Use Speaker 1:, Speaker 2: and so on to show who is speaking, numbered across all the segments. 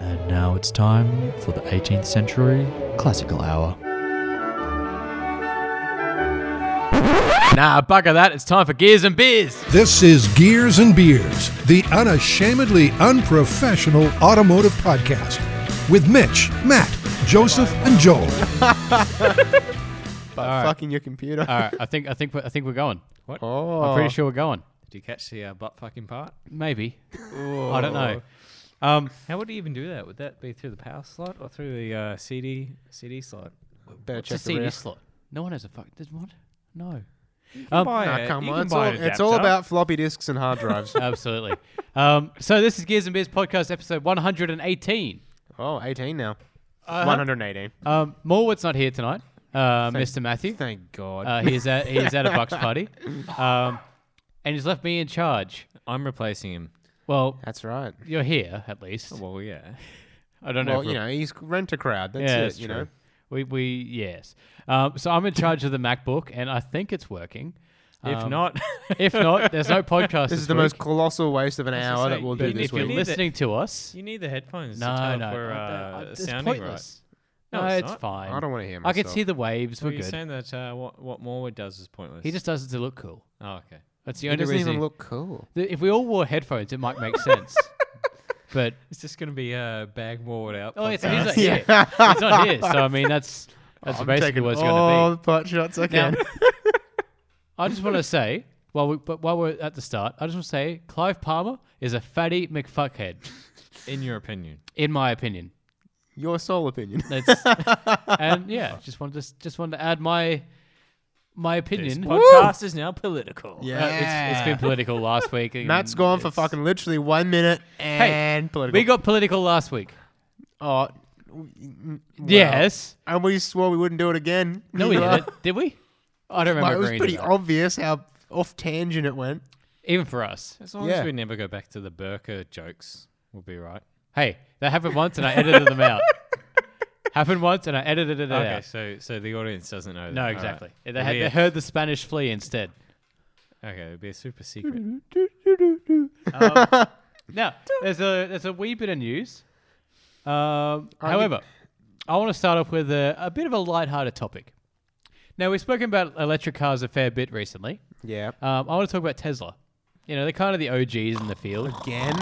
Speaker 1: it's time for the 18th century classical hour. Nah, bugger that. It's time for Gears and Beers.
Speaker 2: This is Gears and Beers, the unashamedly unprofessional automotive podcast with Mitch, Matt, Joseph, and Joel.
Speaker 3: by fucking your computer.
Speaker 1: All right, I think I think we're- I think we're going. What?
Speaker 3: Oh,
Speaker 1: I'm pretty sure we're going.
Speaker 4: Did you catch the uh, butt fucking part?
Speaker 1: Maybe. I don't know. Um,
Speaker 4: How would you even do that? Would that be through the power slot or through the uh, CD CD slot?
Speaker 3: Better
Speaker 1: it's a
Speaker 3: check the
Speaker 1: CD
Speaker 3: rear.
Speaker 1: slot. No one has a fuck. There's one. No.
Speaker 4: buy
Speaker 3: Nah,
Speaker 4: it.
Speaker 3: come
Speaker 4: You
Speaker 3: on,
Speaker 4: can
Speaker 3: it's
Speaker 4: buy
Speaker 3: all,
Speaker 4: an
Speaker 3: it's all
Speaker 4: adapter.
Speaker 3: about floppy disks and hard drives.
Speaker 1: Absolutely. um, so this is Gears and Beers podcast episode 118.
Speaker 3: oh, 18 now. Uh-huh. 118.
Speaker 1: Um, Morwood's not here tonight. Uh, Mr. Matthew.
Speaker 3: Thank God.
Speaker 1: Uh, he's at he's at a bucks party, um, and he's left me in charge.
Speaker 4: I'm replacing him.
Speaker 1: Well,
Speaker 3: that's right.
Speaker 1: you're here at least.
Speaker 4: Oh, Well, yeah.
Speaker 1: I don't know.
Speaker 3: Well,
Speaker 1: if
Speaker 3: you
Speaker 1: we're-
Speaker 3: know, he's rent a crowd. That's
Speaker 1: yeah,
Speaker 3: it,
Speaker 1: that's
Speaker 3: you
Speaker 1: true.
Speaker 3: know.
Speaker 1: We we yes. Um, so I'm in charge of the MacBook, and I think it's working.
Speaker 4: If
Speaker 1: Um,
Speaker 4: not,
Speaker 1: if not, there's no podcast.
Speaker 3: This is the most colossal waste of an
Speaker 4: just
Speaker 3: hour that
Speaker 4: say,
Speaker 3: we'll
Speaker 1: But
Speaker 3: do
Speaker 4: you-
Speaker 3: this
Speaker 1: if you're
Speaker 3: week.
Speaker 4: li-
Speaker 1: listening to us,
Speaker 4: you need the headphones.
Speaker 1: no,
Speaker 4: to tell
Speaker 1: no,
Speaker 4: if we're,
Speaker 1: I don't-
Speaker 4: uh,
Speaker 1: I- it's
Speaker 4: sounding
Speaker 1: pointless.
Speaker 4: right.
Speaker 1: No,
Speaker 4: No, it's
Speaker 1: it's
Speaker 4: not.
Speaker 1: fine.
Speaker 3: I don't want to hear
Speaker 1: I
Speaker 3: myself.
Speaker 1: can see the waves.
Speaker 4: right. Were
Speaker 1: We're
Speaker 4: you
Speaker 1: good.
Speaker 4: saying that uh, what what Morwood does is pointless?
Speaker 1: He just does it to look cool.
Speaker 4: Oh, okay.
Speaker 1: That's the
Speaker 3: He
Speaker 1: only
Speaker 3: doesn't
Speaker 1: reason.
Speaker 3: even look cool.
Speaker 1: Th- if we all wore headphones, it might make sense. but
Speaker 4: It's just gonna be uh, bag Morwood out.
Speaker 1: Oh, it's,
Speaker 4: podcast.
Speaker 1: he's not here. he's not here. So I mean, that's that's basically what it's
Speaker 3: all
Speaker 1: going to
Speaker 3: the pot shots I
Speaker 1: be. Now,
Speaker 3: can.
Speaker 1: I just want to say, while we but while we're at the start, I just want to say Clive Palmer is a fatty McFuckhead,
Speaker 4: in your opinion.
Speaker 1: in my opinion.
Speaker 3: Your sole opinion.
Speaker 1: That's and yeah, just wanted to s- just wanted to add my my opinion. Uh,
Speaker 4: podcast is now political.
Speaker 1: it's, it's been political last week. and
Speaker 3: Matt's gone for
Speaker 1: it's-
Speaker 3: fucking literally one minute and political.
Speaker 1: We got political last week.
Speaker 3: Oh, w- mm, well.
Speaker 1: Yes.
Speaker 3: And we swore we wouldn't do it again.
Speaker 1: No, we didn't. Did we? I don't
Speaker 3: Like,
Speaker 1: remember.
Speaker 3: it was
Speaker 1: agreeing to
Speaker 3: pretty
Speaker 1: that.
Speaker 3: obvious how off tangent it went.
Speaker 1: Even for us.
Speaker 4: As long
Speaker 3: Yeah.
Speaker 4: as we never go back to the burqa jokes, we'll be right.
Speaker 1: Hey, that happened once and I edited them out. happened once and I edited it
Speaker 4: Okay,
Speaker 1: out.
Speaker 4: so so the audience doesn't know. That.
Speaker 1: No,
Speaker 4: All
Speaker 1: exactly.
Speaker 4: right.
Speaker 1: They,
Speaker 4: It'll
Speaker 1: had,
Speaker 4: be
Speaker 1: they
Speaker 4: a-
Speaker 1: heard the Spanish flea instead.
Speaker 4: Okay, it'd be a super secret.
Speaker 1: Now, there's a there's a wee bit of news. Um, however, I want to start off with a, a bit of a lighthearted topic. Now, we've spoken about electric cars a fair bit recently.
Speaker 3: Yeah.
Speaker 4: Uh,
Speaker 1: Um, I want to talk about Tesla. You know, they're kind of the OGs in the
Speaker 4: Oh,
Speaker 1: field.
Speaker 3: Again?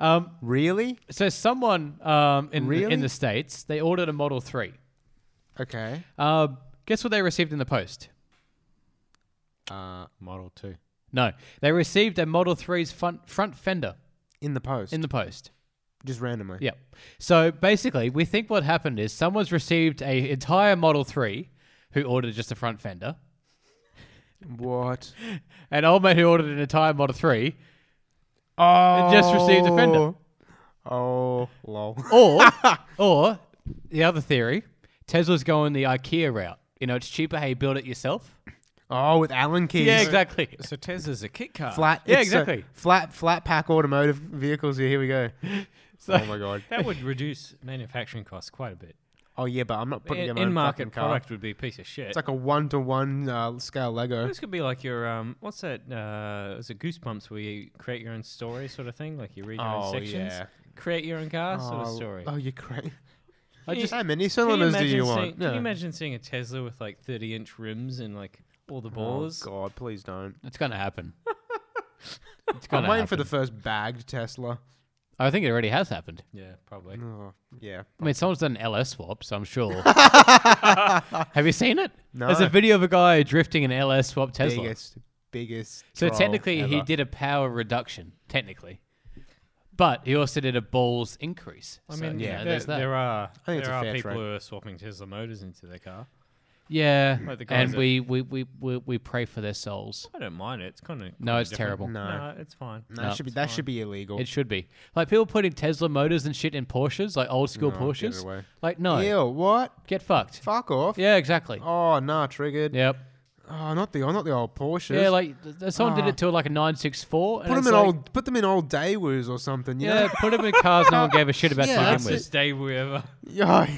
Speaker 1: Um,
Speaker 3: Really?
Speaker 1: so, someone um, in,
Speaker 3: Really?
Speaker 1: in the States, they ordered a Model 3.
Speaker 3: Okay.
Speaker 1: Um, guess what they received in the post?
Speaker 3: Uh,
Speaker 4: Model two.
Speaker 1: No, they received a Model 3's front, front fender
Speaker 3: in the post.
Speaker 1: in the post.
Speaker 3: just randomly.
Speaker 1: Yep. So basically, we think what happened is someone's received a entire Model 3 who ordered just a front fender.
Speaker 3: What?
Speaker 1: An old man who ordered an entire Model 3,
Speaker 3: Oh.
Speaker 1: just received a fender.
Speaker 3: Oh, lol.
Speaker 1: or or the other theory, Tesla's going the IKEA route. You know, it's cheaper. Hey, build it yourself.
Speaker 3: Oh, with Allen keys.
Speaker 1: Yeah, exactly.
Speaker 4: So Tesla's a kit car.
Speaker 3: Flat.
Speaker 1: Yeah,
Speaker 3: it's a-
Speaker 1: exactly.
Speaker 3: flat, flat pack automotive vehicles. Here, here we go. oh my god.
Speaker 4: That would reduce manufacturing costs quite a bit.
Speaker 3: Oh yeah, but I'm not putting them
Speaker 4: In,
Speaker 3: in
Speaker 4: market
Speaker 3: car.
Speaker 4: product would be a piece of shit.
Speaker 3: It's like a one to one scale Lego.
Speaker 4: this could be like your um, what's that? Uh, is it Goosebumps where you create your own story sort of thing? Like you read your
Speaker 3: Oh,
Speaker 4: own sections,
Speaker 3: yeah.
Speaker 4: create your own car sort of
Speaker 3: Oh,
Speaker 4: story.
Speaker 3: Oh, you're great.
Speaker 1: I just
Speaker 3: How many
Speaker 4: Can you
Speaker 3: cylinders do
Speaker 4: imagine
Speaker 3: you
Speaker 4: seeing-
Speaker 3: want?
Speaker 4: Can you imagine seeing a Tesla with like thirty-inch rims and like all the balls?
Speaker 3: Oh God, please don't.
Speaker 1: it's gonna happen. It's
Speaker 3: I'm
Speaker 1: gonna
Speaker 3: waiting for the
Speaker 1: happen.
Speaker 3: first bagged Tesla.
Speaker 1: I think it already has happened.
Speaker 4: Yeah, probably.
Speaker 3: Oh, yeah.
Speaker 1: I mean, someone's done an LS swap, so I'm sure. Have you seen it?
Speaker 3: No.
Speaker 1: There's a video of a guy drifting an LS swap Tesla.
Speaker 3: Biggest, biggest.
Speaker 1: so
Speaker 3: troll
Speaker 1: technically, he
Speaker 3: ever.
Speaker 1: did a power reduction, technically, but he also did a balls increase.
Speaker 4: I
Speaker 1: So,
Speaker 4: mean,
Speaker 1: you know,
Speaker 4: yeah, there,
Speaker 1: there's that.
Speaker 4: there are
Speaker 3: think it's
Speaker 4: there
Speaker 3: a
Speaker 4: are
Speaker 3: fair
Speaker 4: people
Speaker 3: trade.
Speaker 4: who are swapping Tesla motors into their car.
Speaker 1: yeah,
Speaker 4: Like the guys
Speaker 1: and
Speaker 4: that-
Speaker 1: we, we, we, we, we pray for their souls.
Speaker 4: I don't mind it. It's kind of
Speaker 1: No, it's terrible.
Speaker 3: No,
Speaker 4: No, it's fine.
Speaker 3: that
Speaker 1: No,
Speaker 3: should be that should be illegal.
Speaker 1: It should be like people putting Tesla motors and shit in Porsches, like old school
Speaker 3: No, get it
Speaker 1: Porsches.
Speaker 3: away.
Speaker 1: Like no,
Speaker 3: Ew, what?
Speaker 1: get fucked.
Speaker 3: Fuck off.
Speaker 1: Yeah, exactly.
Speaker 3: Oh, nah, triggered.
Speaker 1: Yep.
Speaker 3: Oh, not the oh, not the old Porsches.
Speaker 1: Yeah, like th- th- someone did it to like a nine six four.
Speaker 3: Ah. put them in old put them in old Daewoo's or something. You
Speaker 1: Yeah, put them in cars no one gave a shit about
Speaker 3: Yeah,
Speaker 1: to begin
Speaker 3: that's
Speaker 1: with.
Speaker 4: Fastest day we ever.
Speaker 3: know? Yeah.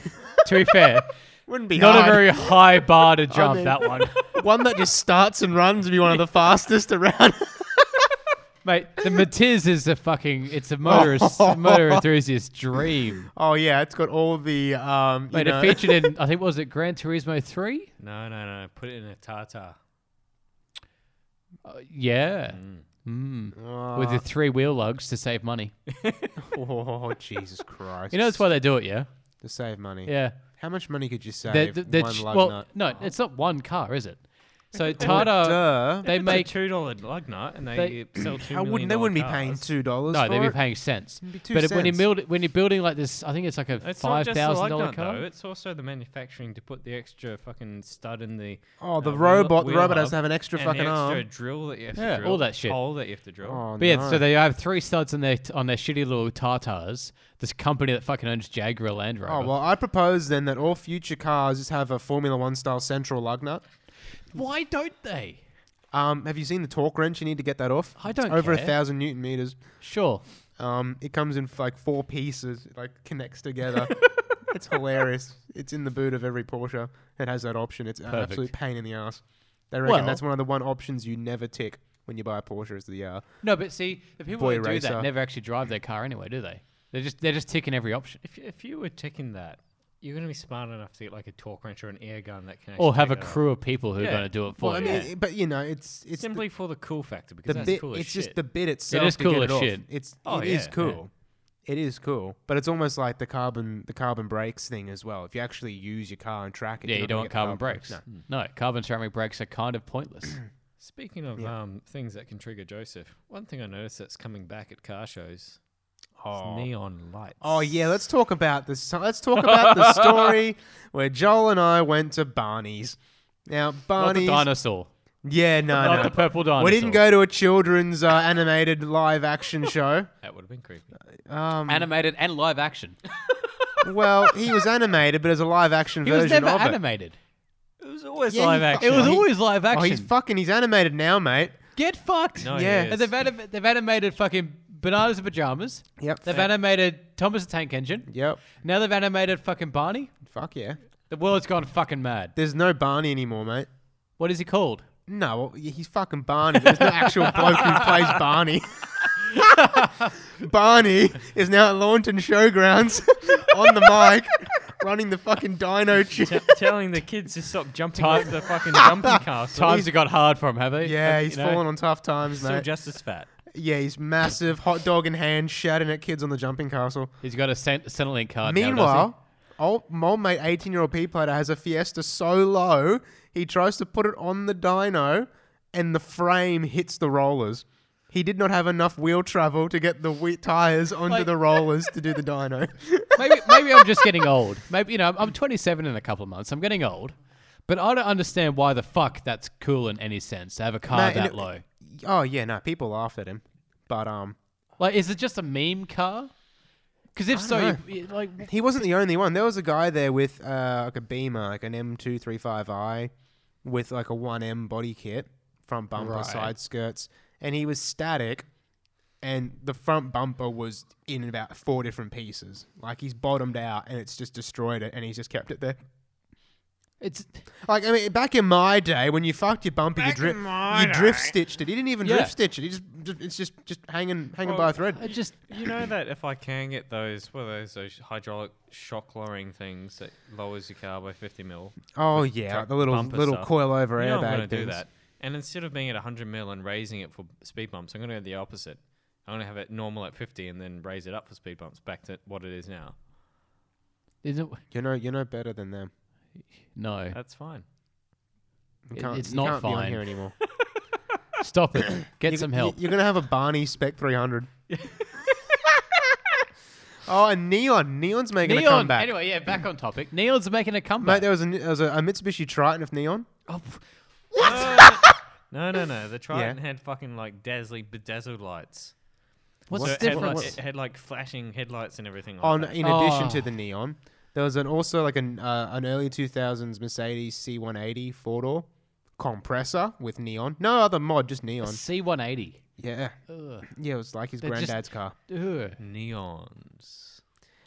Speaker 1: To be fair,
Speaker 3: Wouldn't be
Speaker 1: not a
Speaker 3: hard.
Speaker 1: very high bar to jump
Speaker 3: mean-
Speaker 1: that one.
Speaker 3: one that just starts and runs would be one of the fastest around.
Speaker 1: Mate, the Matiz is a fucking, it's a motor, a motor enthusiast dream.
Speaker 3: Oh yeah, it's got all the um. You
Speaker 1: Mate,
Speaker 3: know,
Speaker 1: it featured in, I think, was it Gran Turismo 3?
Speaker 4: No, no, no. Put it in a tartar.
Speaker 1: Uh, yeah. Mm.
Speaker 3: Ah.
Speaker 1: With the three wheel lugs to save money.
Speaker 3: oh Jesus Christ!
Speaker 1: You know, that's why they do it, yeah?
Speaker 3: to save money.
Speaker 1: Yeah.
Speaker 3: How much money could you save?
Speaker 1: They're, they're
Speaker 3: one
Speaker 1: ch-
Speaker 3: lug
Speaker 1: well,
Speaker 3: nut.
Speaker 1: no, it's not one car, is it? So
Speaker 3: Oh,
Speaker 1: Tata,
Speaker 3: duh.
Speaker 1: they
Speaker 4: It's
Speaker 1: make
Speaker 4: a two dollar lug nut, and they, sell two
Speaker 3: How wouldn't
Speaker 4: million
Speaker 3: they
Speaker 4: dollar
Speaker 3: wouldn't be
Speaker 4: cars.
Speaker 3: paying two dollars?
Speaker 1: No, they'd be
Speaker 3: it?
Speaker 1: paying cents.
Speaker 3: It'd be two
Speaker 1: But if- when you
Speaker 3: cents.
Speaker 1: build, when you're building like this, I think it's like a
Speaker 4: It's not
Speaker 1: five
Speaker 4: just the
Speaker 1: thousand
Speaker 4: lug
Speaker 1: dollar
Speaker 4: nut
Speaker 1: car.
Speaker 4: though. It's also the manufacturing to put the extra fucking stud in the.
Speaker 3: Oh, the
Speaker 4: uh, wheel-
Speaker 3: robot. The
Speaker 4: wheel
Speaker 3: robot has
Speaker 4: hub
Speaker 3: to have an extra
Speaker 4: and
Speaker 3: fucking
Speaker 4: the extra
Speaker 3: arm.
Speaker 4: drill that you have to
Speaker 1: Yeah, all
Speaker 4: drill.
Speaker 1: that shit.
Speaker 4: Hole that you have to drill.
Speaker 3: Oh,
Speaker 1: But yeah,
Speaker 3: no.
Speaker 1: so they have three studs on their on their shitty little Tartars. This company that fucking owns Jaguar Land Rover.
Speaker 3: Oh well, I propose then that all future cars just have a Formula One style central lug nut.
Speaker 1: why don't they?
Speaker 3: Um, have you seen the torque wrench? You need to get that off.
Speaker 1: I
Speaker 3: It's
Speaker 1: don't
Speaker 3: over a
Speaker 1: care.
Speaker 3: thousand newton meters.
Speaker 1: Sure,
Speaker 3: Um, it comes in f- like four pieces, it, like connects together. it's hilarious. It's in the boot of every Porsche that has that option. It's an
Speaker 1: Perfect.
Speaker 3: absolute pain in the ass. They reckon
Speaker 1: Well-
Speaker 3: that's one of the one options you never tick when you buy a Porsche. Is the uh,
Speaker 1: no, but see, the people
Speaker 3: Boy
Speaker 1: that do
Speaker 3: racer.
Speaker 1: that never actually drive their car anyway, do they? They're just they're just ticking every option.
Speaker 4: If, if you were ticking that, you're going to be smart enough to get like a torque wrench or an air gun that can.
Speaker 1: Or
Speaker 4: actually
Speaker 1: have a
Speaker 4: take that off.
Speaker 1: crew of people who are
Speaker 4: Yeah.
Speaker 1: going to do it for
Speaker 3: well, I
Speaker 1: you.
Speaker 3: mean, it- but you know, it's it's the-
Speaker 4: Simply for the cool factor because
Speaker 3: the,
Speaker 4: that's
Speaker 3: bit.
Speaker 4: cool as
Speaker 3: It's
Speaker 4: shit.
Speaker 3: just the bit itself.
Speaker 1: is
Speaker 3: to get
Speaker 1: cool
Speaker 3: it
Speaker 1: as
Speaker 3: off.
Speaker 1: shit.
Speaker 3: It's
Speaker 4: Oh,
Speaker 3: it is
Speaker 4: yeah, yeah.
Speaker 3: cool. It is cool, but it's almost like the carbon the carbon brakes thing as well. If you actually use your car and track it,
Speaker 1: yeah,
Speaker 3: you're
Speaker 1: you
Speaker 3: not
Speaker 1: don't
Speaker 3: gonna
Speaker 1: want
Speaker 3: get the
Speaker 1: carbon brakes.
Speaker 3: No.
Speaker 1: No. carbon ceramic brakes are kind of pointless.
Speaker 4: Speaking of um, things that can trigger Joseph, one thing I noticed that's coming back at car shows is neon lights.
Speaker 3: Oh yeah, let's talk about this. Let's talk about the story where Joel and I went to Barney's. Now
Speaker 1: Not the
Speaker 3: Barney's,
Speaker 1: dinosaur.
Speaker 3: yeah, no,
Speaker 1: Not
Speaker 3: no.
Speaker 1: the purple dinosaur.
Speaker 3: we didn't go to a children's uh, animated live action show.
Speaker 4: That would have been creepy.
Speaker 3: Um,
Speaker 1: animated and live action.
Speaker 3: well, he was animated, but as a live action
Speaker 1: He
Speaker 3: version
Speaker 1: was never
Speaker 3: of it.
Speaker 1: animated.
Speaker 4: It was always
Speaker 3: Yeah, live you action.
Speaker 1: It was
Speaker 3: Oh, he-
Speaker 1: always live action.
Speaker 3: Oh, he's fucking he's animated now, mate.
Speaker 1: Get fucked.
Speaker 4: No,
Speaker 3: Yeah.
Speaker 4: yeah.
Speaker 1: And They've, anim- they've animated fucking Bananas and Pajamas.
Speaker 3: Yep.
Speaker 1: They've animated Thomas the Tank Engine.
Speaker 3: Yep.
Speaker 1: Now they've animated fucking Barney.
Speaker 3: Fuck yeah.
Speaker 1: The world's gone fucking mad.
Speaker 3: There's no Barney anymore, mate.
Speaker 1: What is he called?
Speaker 3: No, well, y- he's fucking Barney. There's no actual bloke who plays Barney. Barney is now at Launton Showgrounds on the mic, running the fucking dino chip.
Speaker 4: telling the kids to stop jumping off the fucking jumping castle.
Speaker 1: Times have got hard for him, have they?
Speaker 3: Yeah,
Speaker 1: Have-
Speaker 3: he's
Speaker 1: you know?
Speaker 3: fallen on tough times,
Speaker 4: Still
Speaker 3: mate.
Speaker 4: just as fat.
Speaker 3: yeah, he's massive, hot dog in hand, shouting at kids on the jumping castle.
Speaker 1: He's got a Cent- Centrelink card. now, doesn't he?
Speaker 3: Meanwhile, old mole mate, 18 year old P player has a Fiesta so low, he tries to put it on the dyno and the frame hits the rollers. He did not have enough wheel travel to get the whe- tires onto
Speaker 1: Like-
Speaker 3: the rollers to do the dyno.
Speaker 1: maybe maybe I'm just getting old. Maybe you know I'm, I'm 27 in a couple of months. I'm getting old, but I don't understand why the fuck that's cool in any sense to have a car
Speaker 3: Mate, and
Speaker 1: that
Speaker 3: it-
Speaker 1: low.
Speaker 3: oh, yeah, no, people laughed at him. But um,
Speaker 1: Like, is it just a meme car? Because if so, you, you- like,
Speaker 3: he wasn't the only one. There was a guy there with uh, like a Beamer, like an M235i, with like a 1M body kit, front bumper,
Speaker 1: Right.
Speaker 3: side skirts, and he was static, and the front bumper was in about four different pieces. Like he's bottomed out, and it's just destroyed it, and he's just kept it there.
Speaker 1: it's
Speaker 3: Like I mean, back in my day, when you fucked your bumper, you, dri- you drift stitched it. He didn't even
Speaker 1: Yeah.
Speaker 3: drift stitch it. He just, just it's just just hanging hanging by a thread.
Speaker 1: I just
Speaker 4: You know that if I can get those, what are those, those hydraulic shock lowering things that lowers your car by 50 mil?
Speaker 3: Oh yeah,
Speaker 4: truck
Speaker 3: the little
Speaker 4: bumper
Speaker 3: little
Speaker 4: stuff.
Speaker 3: coil over
Speaker 4: You know I'm
Speaker 3: airbag
Speaker 4: going to do
Speaker 3: things.
Speaker 4: that. And instead of being at 100 mil and raising it for speed bumps, I'm going to go the opposite. I'm going to have it normal at 50 and then raise it up for speed bumps back to what it is now.
Speaker 1: is it,
Speaker 3: You know, you're no better than them.
Speaker 1: no.
Speaker 3: Uh,
Speaker 4: That's fine.
Speaker 3: You
Speaker 1: It-
Speaker 3: can't-
Speaker 1: it's
Speaker 3: you
Speaker 1: not
Speaker 3: can't be on
Speaker 1: fine.
Speaker 3: here anymore.
Speaker 1: Stop it. Get some
Speaker 3: You-
Speaker 1: help.
Speaker 3: You're gonna have a Barney Spec 300. oh, and neon. Neon's making a
Speaker 1: Neon.
Speaker 3: comeback.
Speaker 1: Anyway, yeah,
Speaker 3: Mm.
Speaker 1: back on topic. Neon's making a
Speaker 3: Mate,
Speaker 1: comeback.
Speaker 3: there was, a, there was a, a Mitsubishi Triton with neon.
Speaker 1: Oh, pff,
Speaker 4: No, no, no. The Triton had fucking like dazzling, bedazzled lights.
Speaker 1: what's
Speaker 4: So
Speaker 1: the
Speaker 4: it had, like,
Speaker 1: difference?
Speaker 4: it had like flashing headlights and everything. Like
Speaker 3: On
Speaker 4: that.
Speaker 3: in
Speaker 1: Oh.
Speaker 3: addition to the neon, there was an also like an uh, an early 2000s Mercedes C180 four door compressor with neon. No other mod, just neon.
Speaker 1: C180.
Speaker 3: Yeah,
Speaker 1: Ugh.
Speaker 3: yeah, it was like his
Speaker 1: They're just-
Speaker 3: granddad's car.
Speaker 1: Ugh.
Speaker 4: neons.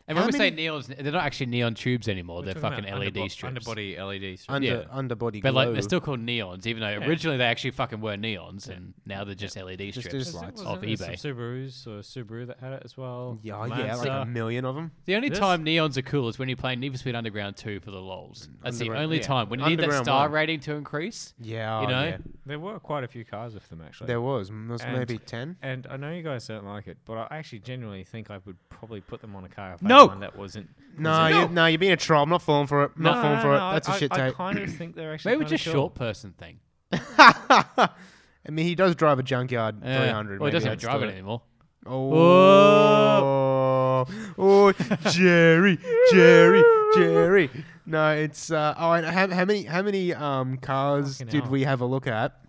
Speaker 1: And when
Speaker 3: How
Speaker 1: we say
Speaker 3: many-
Speaker 1: neons, they're not actually neon tubes anymore. they're fucking LED strips.
Speaker 4: Underbody LED strips.
Speaker 3: E Under
Speaker 1: Yeah.
Speaker 3: underbody
Speaker 1: But
Speaker 3: glow.
Speaker 1: like they're still called neons, even though originally they actually fucking were neons, and now they're just LED
Speaker 3: Just
Speaker 1: strips.
Speaker 3: do
Speaker 4: Was it-
Speaker 3: lights.
Speaker 1: off
Speaker 4: wasn't there
Speaker 1: eBay.
Speaker 4: Some Subarus or Subaru that had it as well.
Speaker 3: yeah, yeah, like a
Speaker 4: Lancer.
Speaker 3: million of them.
Speaker 1: The only
Speaker 4: This-
Speaker 1: time neons are cool is when you're playing Need for Speed Underground 2 for the lols. That's the
Speaker 3: Mm, Underground-
Speaker 1: only
Speaker 3: yeah.
Speaker 1: time when you need that
Speaker 3: Underground
Speaker 1: star
Speaker 3: one.
Speaker 1: rating to increase.
Speaker 3: Yeah,
Speaker 1: You
Speaker 3: oh,
Speaker 1: know?
Speaker 3: yeah.
Speaker 4: There were quite a few cars with them actually.
Speaker 3: there was mm, there's
Speaker 4: And-
Speaker 3: maybe ten.
Speaker 4: and I know you guys don't like it, but I actually genuinely think I would probably put them on a car if I
Speaker 1: No.
Speaker 4: had one that wasn't.
Speaker 3: No,
Speaker 4: wasn't-
Speaker 3: you, no, you're being a troll. I'm not falling for it. I'm not falling for it.
Speaker 4: I-
Speaker 3: That's a
Speaker 4: I-
Speaker 3: shit
Speaker 4: I,
Speaker 3: take.
Speaker 4: kind of think they're actually
Speaker 1: Maybe
Speaker 4: kinda
Speaker 1: just
Speaker 4: cool.
Speaker 1: short person thing.
Speaker 3: I mean, he does drive a junkyard
Speaker 1: Yeah.
Speaker 3: 300.
Speaker 1: Well, he
Speaker 3: maybe
Speaker 1: doesn't
Speaker 3: that's
Speaker 1: drive
Speaker 3: still
Speaker 1: it anymore.
Speaker 3: Oh, oh, Jerry, Jerry, Jerry. No, it's uh, oh, and how, how many how many um cars
Speaker 4: Fucking
Speaker 3: did
Speaker 4: hell.
Speaker 3: we have a look at?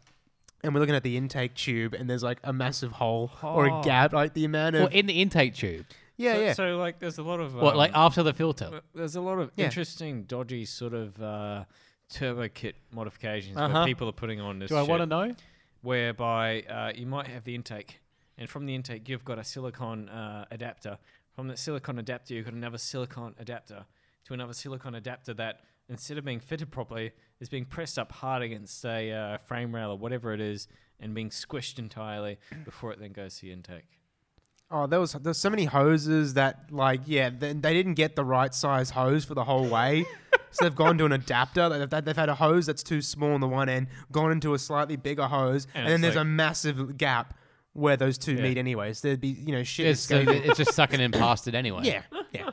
Speaker 3: And we're looking at the intake tube, and there's like a massive hole or a
Speaker 4: Oh.
Speaker 3: gap, like the amount of
Speaker 1: Well, in the intake tube.
Speaker 3: yeah,
Speaker 4: So-
Speaker 3: yeah.
Speaker 4: So like, there's a lot of
Speaker 1: What, like
Speaker 4: um,
Speaker 1: after the filter?
Speaker 4: There's a lot of
Speaker 3: Yeah.
Speaker 4: interesting, dodgy sort of uh, turbo kit modifications
Speaker 3: Uh-huh.
Speaker 4: that people are putting on this.
Speaker 1: Do I
Speaker 4: shit,
Speaker 1: want to know?
Speaker 4: Whereby uh, you might have the intake, and from the intake you've got a silicon uh, adapter. From that silicon adapter, you've got another silicon adapter to another silicon adapter that, instead of being fitted properly, is being pressed up hard against a uh, frame rail or whatever it is, and being squished entirely before it then goes to the intake.
Speaker 3: Oh, there was there's so many hoses that like yeah, they, they didn't get the right size hose for the whole way. So they've gone to an adapter. They- They've, they've had a hose that's too small on the one end, gone into a slightly bigger hose, and,
Speaker 4: And
Speaker 3: then
Speaker 4: it's
Speaker 3: there's
Speaker 4: like-
Speaker 3: a massive gap where those two
Speaker 4: Yeah.
Speaker 3: meet. Anyways, there'd be you know shit.
Speaker 1: It's, uh,
Speaker 3: escaping.
Speaker 1: it's just sucking in past it anyway.
Speaker 3: yeah, yeah.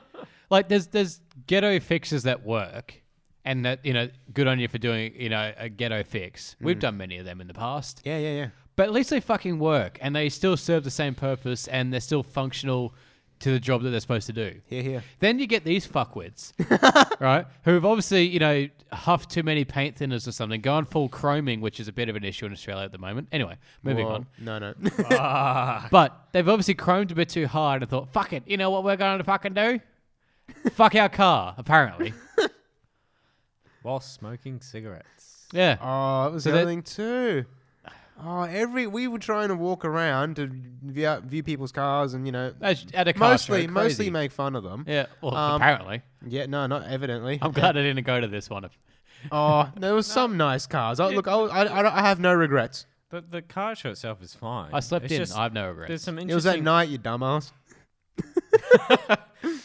Speaker 1: like there's there's ghetto fixes that work and that you know good on you for doing you know a ghetto fix
Speaker 3: Mm.
Speaker 1: we've done many of them in the past
Speaker 3: Yeah, yeah, yeah.
Speaker 1: but at least they fucking work and they still serve the same purpose and they're still functional to the job that they're supposed to do
Speaker 3: Here, here.
Speaker 1: then you get these fuckwits right who've obviously you know huffed too many paint thinners or something gone full chroming which is a bit of an issue in australia at the moment anyway moving
Speaker 3: Whoa.
Speaker 1: on
Speaker 3: No, no.
Speaker 1: but they've obviously chromed a bit too hard and thought, fuck it, you know what we're going to fucking do? Fuck our car, apparently.
Speaker 4: While smoking cigarettes.
Speaker 1: Yeah.
Speaker 3: oh, it was
Speaker 1: So
Speaker 3: the other
Speaker 1: that-
Speaker 3: thing too. Oh, every we were trying to walk around to view, view people's cars and you know
Speaker 1: That's- At a car
Speaker 3: mostly
Speaker 1: show,
Speaker 3: mostly
Speaker 1: crazy.
Speaker 3: make fun of them.
Speaker 1: Yeah, well,
Speaker 3: Um,
Speaker 1: apparently.
Speaker 3: Yeah, no, not evidently.
Speaker 1: I'm glad I didn't go to this one.
Speaker 3: Oh, there was some nice cars. I, look, I, I, I, don't- I have no regrets.
Speaker 4: The, the car show itself is fine.
Speaker 1: I slept
Speaker 4: It's
Speaker 1: in.
Speaker 4: just-
Speaker 1: I have no regrets.
Speaker 4: There's some
Speaker 3: It was that
Speaker 4: interesting.
Speaker 3: night, you dumbass.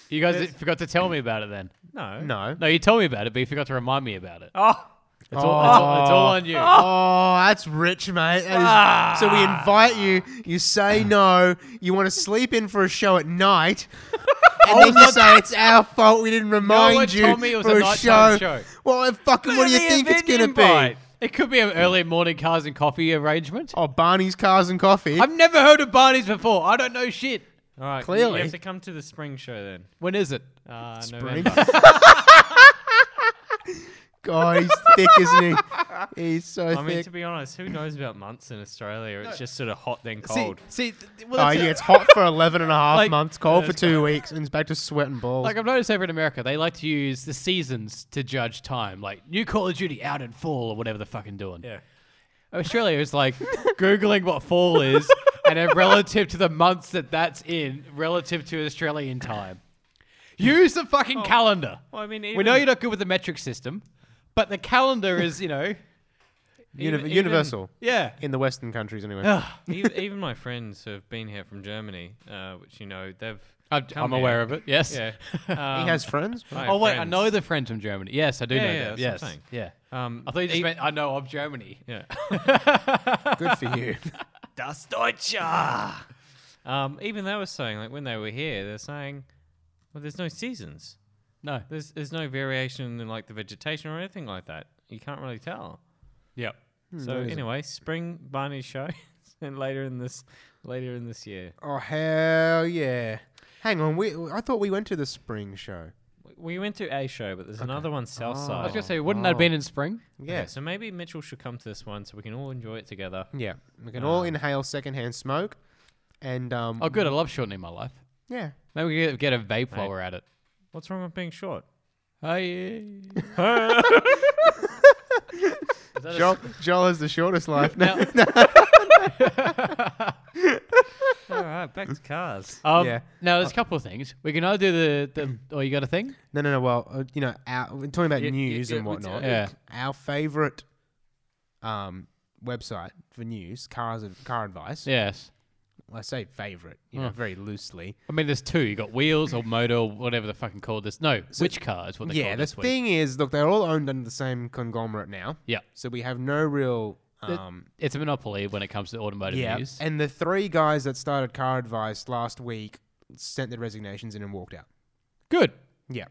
Speaker 1: you guys forgot to tell me about it then.
Speaker 4: no,
Speaker 3: No.
Speaker 1: No, you told me about it, but you forgot to remind me about it.
Speaker 4: Oh,
Speaker 1: It's, all, it's, all, it's all on you.
Speaker 3: Oh, that's rich, mate. That is-
Speaker 1: Ah.
Speaker 3: So we invite you. You say no. You want to sleep in for a show at night. And then you say it's our fault we didn't remind
Speaker 1: Oh, one
Speaker 3: you
Speaker 1: told me it was
Speaker 3: for
Speaker 1: a
Speaker 3: a,
Speaker 1: nighttime
Speaker 3: show.
Speaker 1: show.
Speaker 3: Well, fucking, what do you think it's gonna be?
Speaker 1: It could be an early morning cars and coffee arrangement.
Speaker 3: Oh, Barney's Cars and Coffee.
Speaker 1: I've never heard of Barney's before. I don't know shit.
Speaker 4: All right,
Speaker 3: Clearly.
Speaker 4: you have to come to the spring show then.
Speaker 1: When is it?
Speaker 4: Uh,
Speaker 3: Spring.
Speaker 4: November.
Speaker 3: God, he's thick, isn't he? He's so
Speaker 4: I mean,
Speaker 3: thick.
Speaker 4: to be honest, who knows about months in Australia? It's just sort of hot then
Speaker 1: See-
Speaker 4: cold.
Speaker 1: See, th- well,
Speaker 3: Oh,
Speaker 1: that's it.
Speaker 3: yeah, it's hot for 11 and a half
Speaker 1: Like-
Speaker 3: months, cold for two weeks, and it's back to sweat and balls.
Speaker 1: Like I've noticed over in America, they like to use the seasons to judge time. Like new Call of Duty out in fall or whatever they're fucking doing.
Speaker 4: yeah.
Speaker 1: Australia is like googling what fall is and then relative to the months that that's in, relative to Australian time. Use the fucking calendar.
Speaker 4: Well, I mean,
Speaker 1: we know
Speaker 4: even-
Speaker 1: you're not good with the metric system, but the calendar is, you know,
Speaker 3: Uni-
Speaker 4: Even-
Speaker 3: universal
Speaker 1: yeah.
Speaker 3: in the Western countries, anyway.
Speaker 4: even, even my friends who have been here from Germany, uh, which you know they've.
Speaker 1: I'm, I'm
Speaker 4: come
Speaker 1: aware
Speaker 4: here.
Speaker 1: of it. Yes.
Speaker 4: Yeah.
Speaker 3: he
Speaker 4: um,
Speaker 3: has friends.
Speaker 4: my
Speaker 1: Oh wait, I
Speaker 4: friends-
Speaker 1: know the friends from Germany. Yes, I do
Speaker 4: Yeah,
Speaker 1: know
Speaker 4: yeah,
Speaker 1: them.
Speaker 4: that's
Speaker 1: Yes.
Speaker 4: what I'm saying.
Speaker 1: Yeah.
Speaker 4: Um,
Speaker 1: I thought you just meant I know of Germany.
Speaker 4: yeah.
Speaker 3: Good for you.
Speaker 4: Das Deutsche. Um, even they were saying, like, when they were here, they're saying, well, there's no seasons.
Speaker 1: No.
Speaker 4: There's there's no variation in like the vegetation or anything like that. You can't really tell.
Speaker 1: Yep.
Speaker 3: Hmm,
Speaker 4: so anyway, spring Barney's show, and later in this later in this year,
Speaker 3: oh hell yeah! Hang on, we I thought we went to the spring show.
Speaker 4: we went to a show, but there's another one south side.
Speaker 1: I was
Speaker 3: Oh,
Speaker 1: gonna say, wouldn't that have been in spring?
Speaker 3: Yeah,
Speaker 4: so maybe Mitchell should come to this one so we can all enjoy it together.
Speaker 3: yeah. We can all inhale secondhand smoke, and um,
Speaker 1: Oh, good. I love shortening my life.
Speaker 3: yeah.
Speaker 1: Maybe we could get a vape while we're at it.
Speaker 4: What's wrong with being short?
Speaker 1: Hey. Is that a-
Speaker 3: Joel, Joel has the shortest life now.
Speaker 5: All right, back to cars.
Speaker 1: um,
Speaker 3: Yeah. Uh,
Speaker 1: Now there's a couple of things we can either do the, the oh you got a thing?
Speaker 3: No, no, no. Well, uh, you know, our, we're talking about
Speaker 4: Yeah, yeah,
Speaker 3: news
Speaker 4: yeah,
Speaker 3: and
Speaker 4: we do-
Speaker 3: whatnot.
Speaker 1: Yeah.
Speaker 3: Our favorite um, website for news, cars, and car advice.
Speaker 1: Yes.
Speaker 3: I say favorite, you know,
Speaker 1: Oh.
Speaker 3: very loosely.
Speaker 1: I mean, there's two. You got wheels or motor or whatever the fucking called this. No, which car is what they
Speaker 3: yeah.
Speaker 1: call
Speaker 3: The
Speaker 1: this week.
Speaker 3: thing is, look, they're all owned under the same conglomerate now.
Speaker 1: Yeah.
Speaker 3: So we have no real.
Speaker 1: It-
Speaker 3: Um,
Speaker 1: It's a monopoly when it comes to automotive
Speaker 3: yeah.
Speaker 1: news.
Speaker 3: And the three guys that started Car Advice last week sent their resignations in and walked out.
Speaker 1: Good.
Speaker 3: Yeah.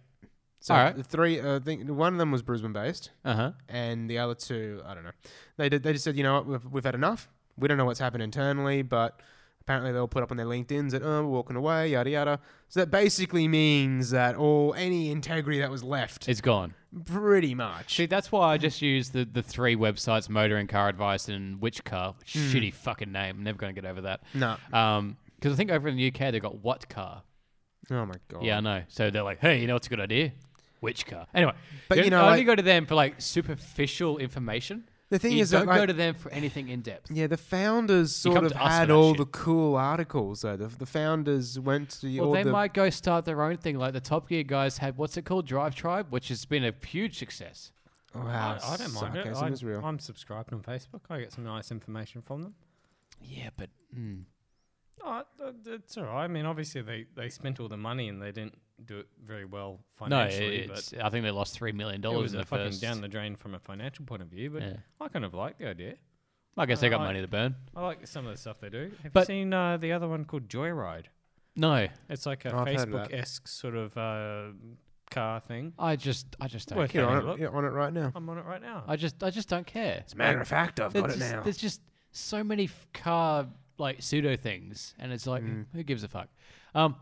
Speaker 3: So
Speaker 1: All right.
Speaker 3: the three, uh, think one of them was Brisbane based.
Speaker 1: Uh huh.
Speaker 3: and the other two, I don't know. They did, they just said, you know what, we've, we've had enough. We don't know what's happened internally, but apparently they'll put up on their LinkedIn's that oh, we're walking away, yada yada. So that basically means that all any integrity that was left,
Speaker 1: It's gone.
Speaker 3: pretty much.
Speaker 1: See, that's why I just use the, the three websites, Motor and Car Advice and Which Car, which shitty fucking name. I'm never going to get over that.
Speaker 3: Hmm. No.
Speaker 1: Um, because I think over in the UK they've got What Car.
Speaker 3: Oh my god.
Speaker 1: Yeah, I know. So they're like, hey, you know what's a good idea? Which car? Anyway,
Speaker 3: But
Speaker 1: you
Speaker 3: you know,
Speaker 1: I only
Speaker 3: like-
Speaker 1: go to them for like superficial information.
Speaker 3: The thing
Speaker 1: you
Speaker 3: is that,
Speaker 1: don't go
Speaker 3: like-
Speaker 1: to them for anything in depth.
Speaker 3: Yeah, the founders
Speaker 1: You
Speaker 3: sort
Speaker 1: come
Speaker 3: of
Speaker 1: to us for
Speaker 3: had
Speaker 1: that
Speaker 3: all
Speaker 1: shit.
Speaker 3: the cool articles. Though the, the founders went to the-
Speaker 1: Well,
Speaker 3: all
Speaker 1: they
Speaker 3: the
Speaker 1: might go start their own thing, like the Top Gear guys had. What's it called? Drive Tribe, which has been a huge success.
Speaker 3: wow,
Speaker 4: Ah, I, I don't mind it.
Speaker 3: Oh, sarcasm
Speaker 4: I,
Speaker 3: is real.
Speaker 4: I'm subscribed on Facebook. I get some nice information from them.
Speaker 1: Yeah, but
Speaker 3: hmm.
Speaker 4: Oh, th- th- it's all right. I mean, obviously they, they spent all the money and they didn't do it very well
Speaker 1: no,
Speaker 4: financially.
Speaker 1: it's, I think they lost three million
Speaker 4: but it
Speaker 1: dollars
Speaker 4: was
Speaker 1: in
Speaker 4: a
Speaker 1: the
Speaker 4: fucking
Speaker 1: first.
Speaker 4: down the drain from a financial point of view. But
Speaker 1: Yeah.
Speaker 4: I kind of like the idea.
Speaker 1: I guess they got
Speaker 4: I-
Speaker 1: money to burn.
Speaker 4: I like some of the stuff they do. Have
Speaker 1: But-
Speaker 4: you seen uh, the other one called Joyride?
Speaker 1: No,
Speaker 4: It's like a
Speaker 3: Oh, I've heard of that.
Speaker 4: Facebook esque sort of uh, car thing.
Speaker 1: I just, I just don't.
Speaker 4: Well,
Speaker 1: care.
Speaker 3: You're on,
Speaker 4: Look.
Speaker 3: it, you're on it right now.
Speaker 4: I'm on it right now.
Speaker 1: I just, I just don't care.
Speaker 3: As a matter of fact, I've got
Speaker 1: There's
Speaker 3: it
Speaker 1: just,
Speaker 3: now.
Speaker 1: there's just so many f- car like pseudo things, and it's like,
Speaker 3: Mm.
Speaker 1: who gives a fuck? Um,